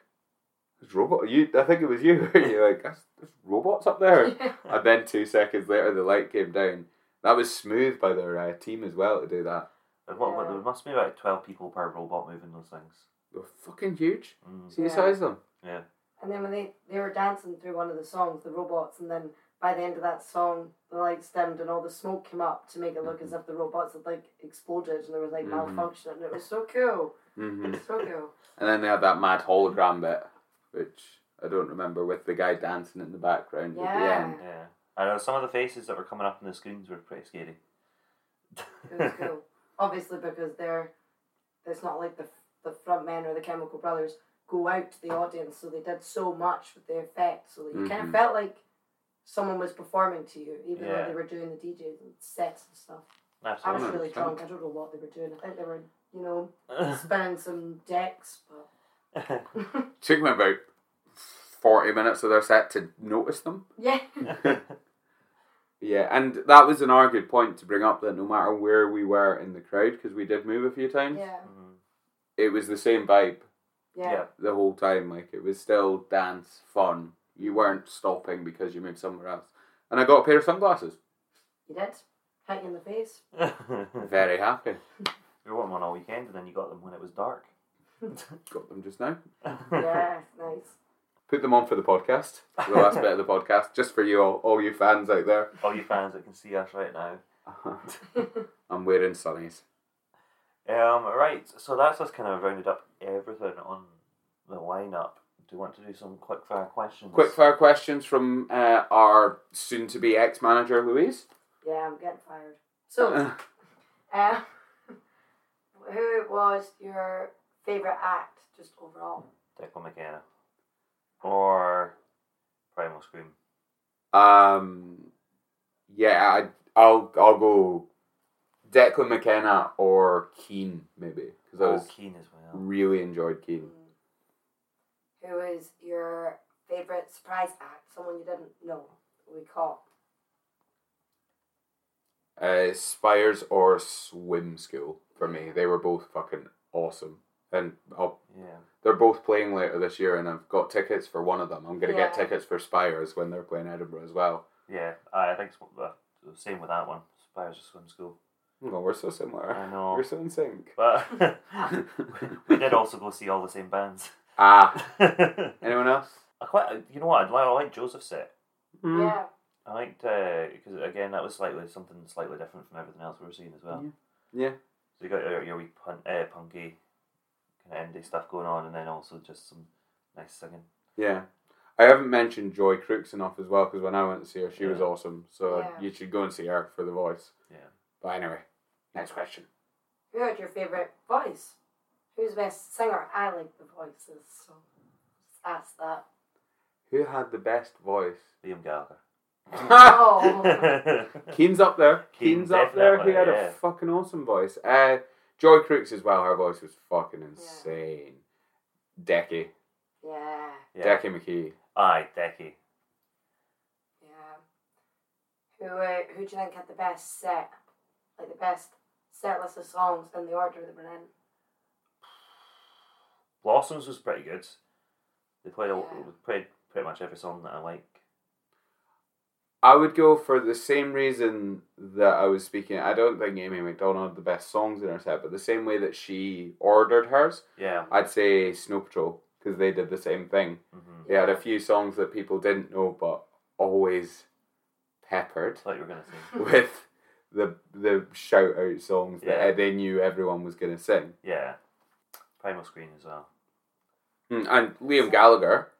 B: "There's robot." You, I think it was you. <laughs> You're like, "That's there's robots up there."
A: <laughs>
B: and then two seconds later, the light came down. That was smooth by their uh, team as well to do that.
C: And what, what-
A: Yeah.
C: there must be about twelve people per robot moving those things.
B: They were fucking huge.
C: Mm.
B: See the
A: Yeah.
B: size of them.
C: Yeah,
A: And then when they, they were dancing through one of the songs, the robots, and then by the end of that song, the lights dimmed and all the smoke came up to make it look as if the robots had like exploded and there was like
B: Mhm.
A: malfunction, and it was so cool,
B: hmm
A: so cool.
B: and then they had that mad hologram bit, which I don't remember with the guy dancing in the background at the
A: Yeah.
B: end.
C: Yeah. I know some of the faces that were coming up on the screens were pretty scary.
A: It was
C: <laughs>
A: cool. Obviously, because they're it's not like the the front men or the Chemical Brothers go out to the audience, so they did so much with the effects, so that you kind
B: Mhm.
A: of felt like someone was performing to you, even
C: Yeah.
A: though they were doing the DJs and sets and stuff. I was
C: Absolutely. <laughs>
A: really
B: 100%.
A: drunk. I don't know what they were doing. I think they were, you know,
C: Mm.
A: spinning some decks, but <laughs>
B: Took me about forty minutes of their set to notice them.
A: yeah,
B: Yeah, and that was an argued point to bring up that no matter where we were in the crowd, because we did move a few times,
A: yeah,
C: Mhm.
B: it was the same vibe
A: yeah,
B: the whole time. Like it was still dance fun. You weren't stopping because you moved somewhere else. And I got a pair of sunglasses.
A: you did. Hit you in the face.
C: Yeah.
B: Very happy.
C: <laughs> you were one all weekend and then you got them when it was dark.
B: Got them just now.
A: <laughs> <laughs> Yeah, nice. <laughs>
B: Put them on for the podcast. for The last bit of the podcast, just for you all, all you fans out there.
C: <laughs>
B: <laughs>
C: all you fans that can see us right now.
B: I'm wearing sunnies.
C: Um, right, so that's us kind of rounded up everything on the lineup. Do you want to do some quick fire questions?
B: Quick fire questions from uh, our soon to be ex manager Louise.
A: yeah, I'm getting fired. So, uh, <laughs> who was your favorite act, just overall?
C: Declan McKenna. Or Primal Scream.
B: Um, yeah, I, I'll I'll go Declan McKenna or Keane maybe because I
C: Oh,
B: was
C: Keen as well.
B: really enjoyed Keane.
A: Mm. Who is your favorite surprise act? Someone you didn't know we caught.
B: Uh, Spires or Swim School for me. They were both fucking awesome, and I'll,
C: Yeah.
B: they're both playing later this year. And I've got tickets for one of them. I'm gonna get
A: Yeah.
B: tickets for Spires when they're playing Edinburgh as well.
C: Yeah, I I think it's uh, the same with that one. Spires of Swim School.
B: Oh, we're so similar.
C: I know.
B: We're so in sync.
C: But <laughs>
B: <laughs>
C: we did also go see all the same bands. <laughs>
B: Ah,
C: I
B: anyone else?
C: quite, you know what? I like, I like Joseph's set. Mm.
A: Yeah,
C: I liked because again that was slightly something slightly different from everything else we were seeing as well.
B: Yeah. Yeah.
C: So you got your, your wee pun, uh, punky kind of indie stuff going on, and then also just some nice singing.
B: Yeah. I haven't mentioned Joy Crooks enough as well because when I went to see her, she was
C: Yeah.
B: awesome. So
A: Yeah.
B: you should go and see her for the voice.
C: Yeah.
B: But anyway, next question.
A: who had your favorite voice? Who's the best singer? I like the voices, so just ask that.
B: Who had the best <laughs>
C: <laughs>
B: voice?
C: Liam Gallagher.
A: Oh, <laughs>
C: <laughs>
B: Keen's up there.
C: Keane,
B: Keen's up there. He
C: definitely,
B: had
C: yeah.
B: a fucking awesome voice. Uh, Joy Crooks as well. Her voice was fucking insane. Decky.
A: yeah,
C: yeah.
B: Decky McKee.
C: Aye, Decky.
A: yeah. Who uh, who do you think had the best set? Like the best set list of songs in the order that we're in.
C: Blossoms was pretty good. They played all,
A: Yeah.
C: played pretty much every song that I like.
B: I would go for the same reason that I was speaking. I don't think Amy McDonald had the best songs in her set, but the same way that she ordered hers,
C: Yeah.
B: I'd say Snow Patrol because they did the same thing.
C: Mm-hmm.
B: They had a few songs that people didn't know, but always
C: <laughs>
B: peppered
C: Thought you were gonna sing.
B: with the the shout out songs
C: Yeah.
B: that they knew everyone was gonna sing.
C: Yeah. Primal Screen as well.
B: Mm, And Liam Gallagher,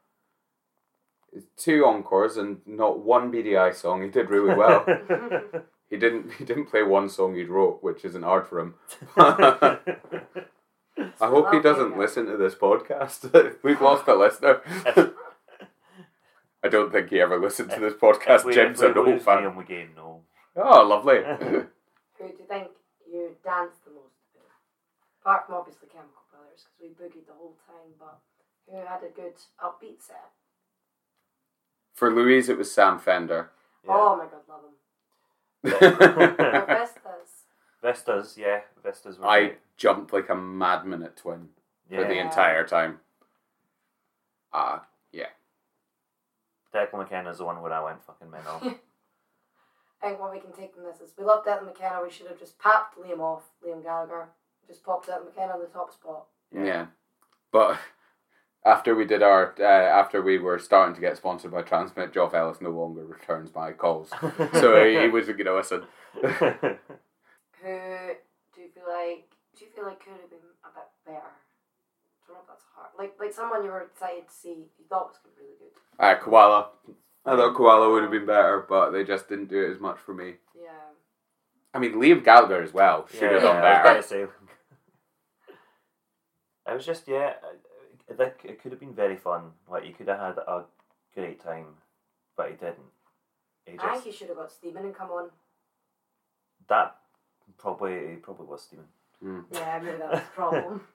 B: two encores and not one BDI song. He did really
C: <laughs>
B: well. he didn't <laughs> he didn't play one song he'd wrote, which isn't hard for him. I hope he
A: Love
B: doesn't
A: Liam.
B: listen to this podcast. <laughs> We've lost a listener. <laughs> I don't think he ever listened to this podcast. Jim's a no
C: lose
B: fan.
C: Liam, we gain no.
B: Oh,
C: <laughs>
B: lovely.
A: Who do you think you danced the most to? Apart from obviously Chemical Brothers, because we boogied the whole time, but who had a good upbeat set?
B: For Louise, it was Sam
C: <laughs>
B: Fender.
C: Yeah.
A: Oh my god, love him.
B: <laughs>
A: Or
B: I
A: Vestas.
C: Vistas, yeah, Vistas. Were great.
B: jumped like a madman at Twin for the
C: yeah.
A: end.
B: entire time. Ah,
C: Declan McKenna's the one where I went fucking mental.
A: I think what we can take from this is we loved Declan McKenna, we should have just papped Liam off, Liam Gallagher, just popped Declan McKenna on the top spot.
B: yeah. But after we did our, uh, after we were starting to get sponsored by Transmit, Geoff Ellis no longer returns my calls. so he, he
C: <laughs>
B: wasn't going to listen.
A: Who do you feel like do you feel like could have been a bit better? don't know if that's hard. Like like someone you were excited to see, you thought was gonna be really good.
B: Ah, Koala. I thought Koala would have been better, but they just didn't do it as much for me.
A: Yeah.
B: I mean, Liam Gallagher as well should have done
C: I was
B: better.
C: gonna say. I was just yeah, I- I think it could have been very fun. Like you could have had a great time, but he didn't. He
A: I think
C: just
A: you should have got Steven and come on.
C: that probably he probably was Steven.
A: Yeah, maybe that was the problem.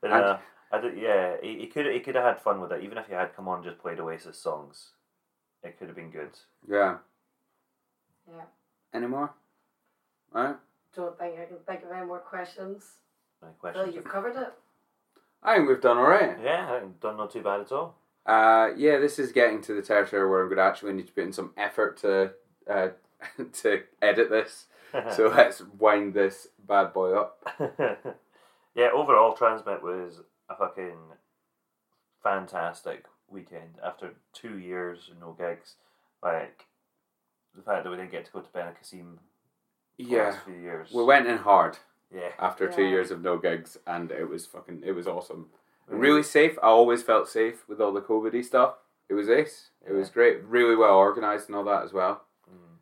C: But
B: And-
C: uh, I did, yeah, he, he could he could have had fun with it. Even if he had come on just played Oasis songs, it could have been good.
B: Yeah.
A: <laughs> Yeah.
B: Anymore? Right?
A: don't think I can think of any more questions.
C: My
A: Bill,
C: question.
A: you've covered it.
B: I think we've done alright.
C: Yeah, I think done not too bad at all.
B: Uh, yeah, this is getting to the territory where I'm going to actually need to put in some effort to uh, <laughs> to edit this. so let's wind this bad boy up.
C: <laughs> yeah, overall, Transmit was a fucking fantastic weekend. After two years, no gigs, like the fact that we didn't get to go to Ben Kassim the
B: Yeah,
C: last few years.
B: we went in hard
C: Yeah,
B: after two
A: Yeah.
B: years of no gigs, and it was fucking it was awesome.
C: we-
B: Really safe. I always felt safe with all the COVIDy stuff. It was ace. It was
C: Yeah.
B: great. Really well organized and all that as well.
C: Mm.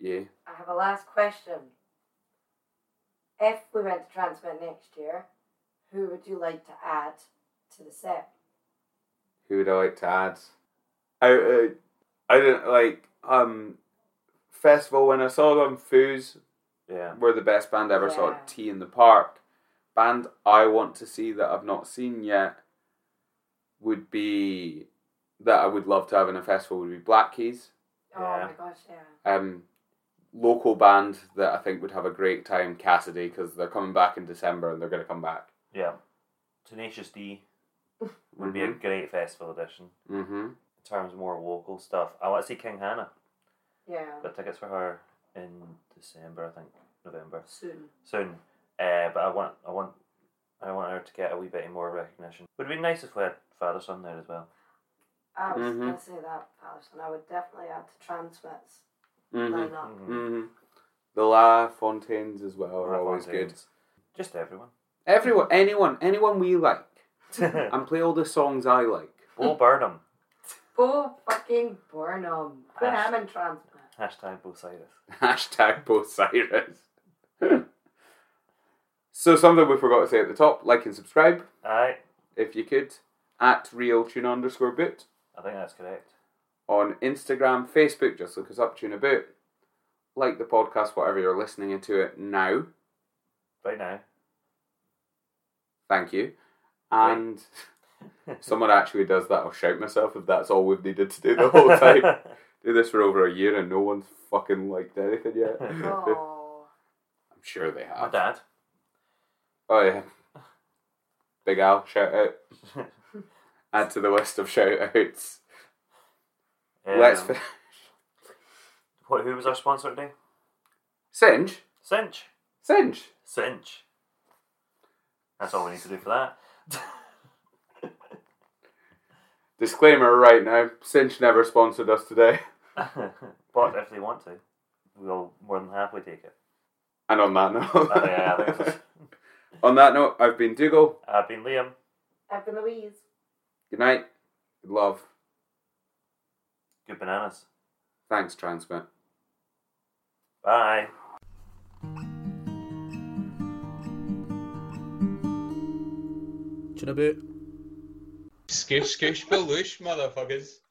B: Yeah.
A: I have a last question. If we went to Transmit next year, who would you like to add to the set?
B: Who would I like to add? I uh, I don't like um festival when I saw them. Foos
C: Yeah,
B: were the best band I ever saw
A: Yeah.
B: at Tea in the Park. Band I want to see that I've not seen yet would be that I would love to have in a festival would be Black Keys.
A: Oh
C: Yeah.
A: my gosh, yeah.
B: Um, local band that I think would have a great time, Cassidy, because they're coming back in December and they're going to come back.
C: yeah. Tenacious
B: <laughs>
C: D would be a great festival edition.
B: Mm-hmm.
C: In terms of more local stuff, I want to see King Hannah.
A: Yeah.
C: Got tickets for her in December, I think, November.
A: Soon.
C: soon. Uh, but I want, I want, I want her to get a wee bit more recognition. Would have been nice if we had father son there as well.
A: I was
B: Mhm.
A: gonna say that, Patterson. I would definitely add to Transmit's
B: Mm-hmm.
A: lineup.
B: Mm-hmm. The La Fontaines as well are
C: Or
B: always
C: Fontaines.
B: good.
C: Just everyone.
B: Everyone, anyone, anyone we like, <laughs>
C: <laughs>
B: and play all the songs I like.
C: Bo Burnham.
A: Bo fucking Burnham. Put
C: Ash.
A: him in Transmit.
C: <laughs> Hashtag Bosiris.
B: <laughs> Hashtag Bosiris. <laughs> so something we forgot to say at the top, like and subscribe
C: Aye,
B: if you could. At real tune underscore boot
C: I think that's correct.
B: on Instagram, Facebook, just look us up, tune a boot. Like the podcast, whatever you're listening to it now.
C: Right now.
B: Thank you.
C: <laughs>
B: And someone actually does that, I'll shout myself if that's all we've needed to do <laughs> the whole
C: <laughs>
B: time. do this for over a year and no one's fucking liked anything
C: <laughs>
B: yet. <laughs> I'm
A: Oh.
B: sure they
C: My
B: have.
C: dad.
B: Oh yeah. Big Al, shout out. Add to the list of shout outs. <laughs>
C: Um,
B: Let's finish.
C: what, who was our sponsor today?
B: Singe?
C: Cinch.
B: Singe!
C: Cinch. That's all we need to do for that.
B: Disclaimer right now Singe never sponsored us today. <laughs>
C: <laughs> but if they want to, we'll more than happily take it.
B: And on that note,
C: I think, Oh, I
B: <laughs>
C: think it's-
B: on that note, I've been Dougal.
C: I've been Liam.
A: I've been Louise.
B: Good night. Good love.
C: Good bananas.
B: Thanks, Transmit.
C: Bye.
D: Tune about.
E: Skoosh, skoosh, baloosh, motherfuckers.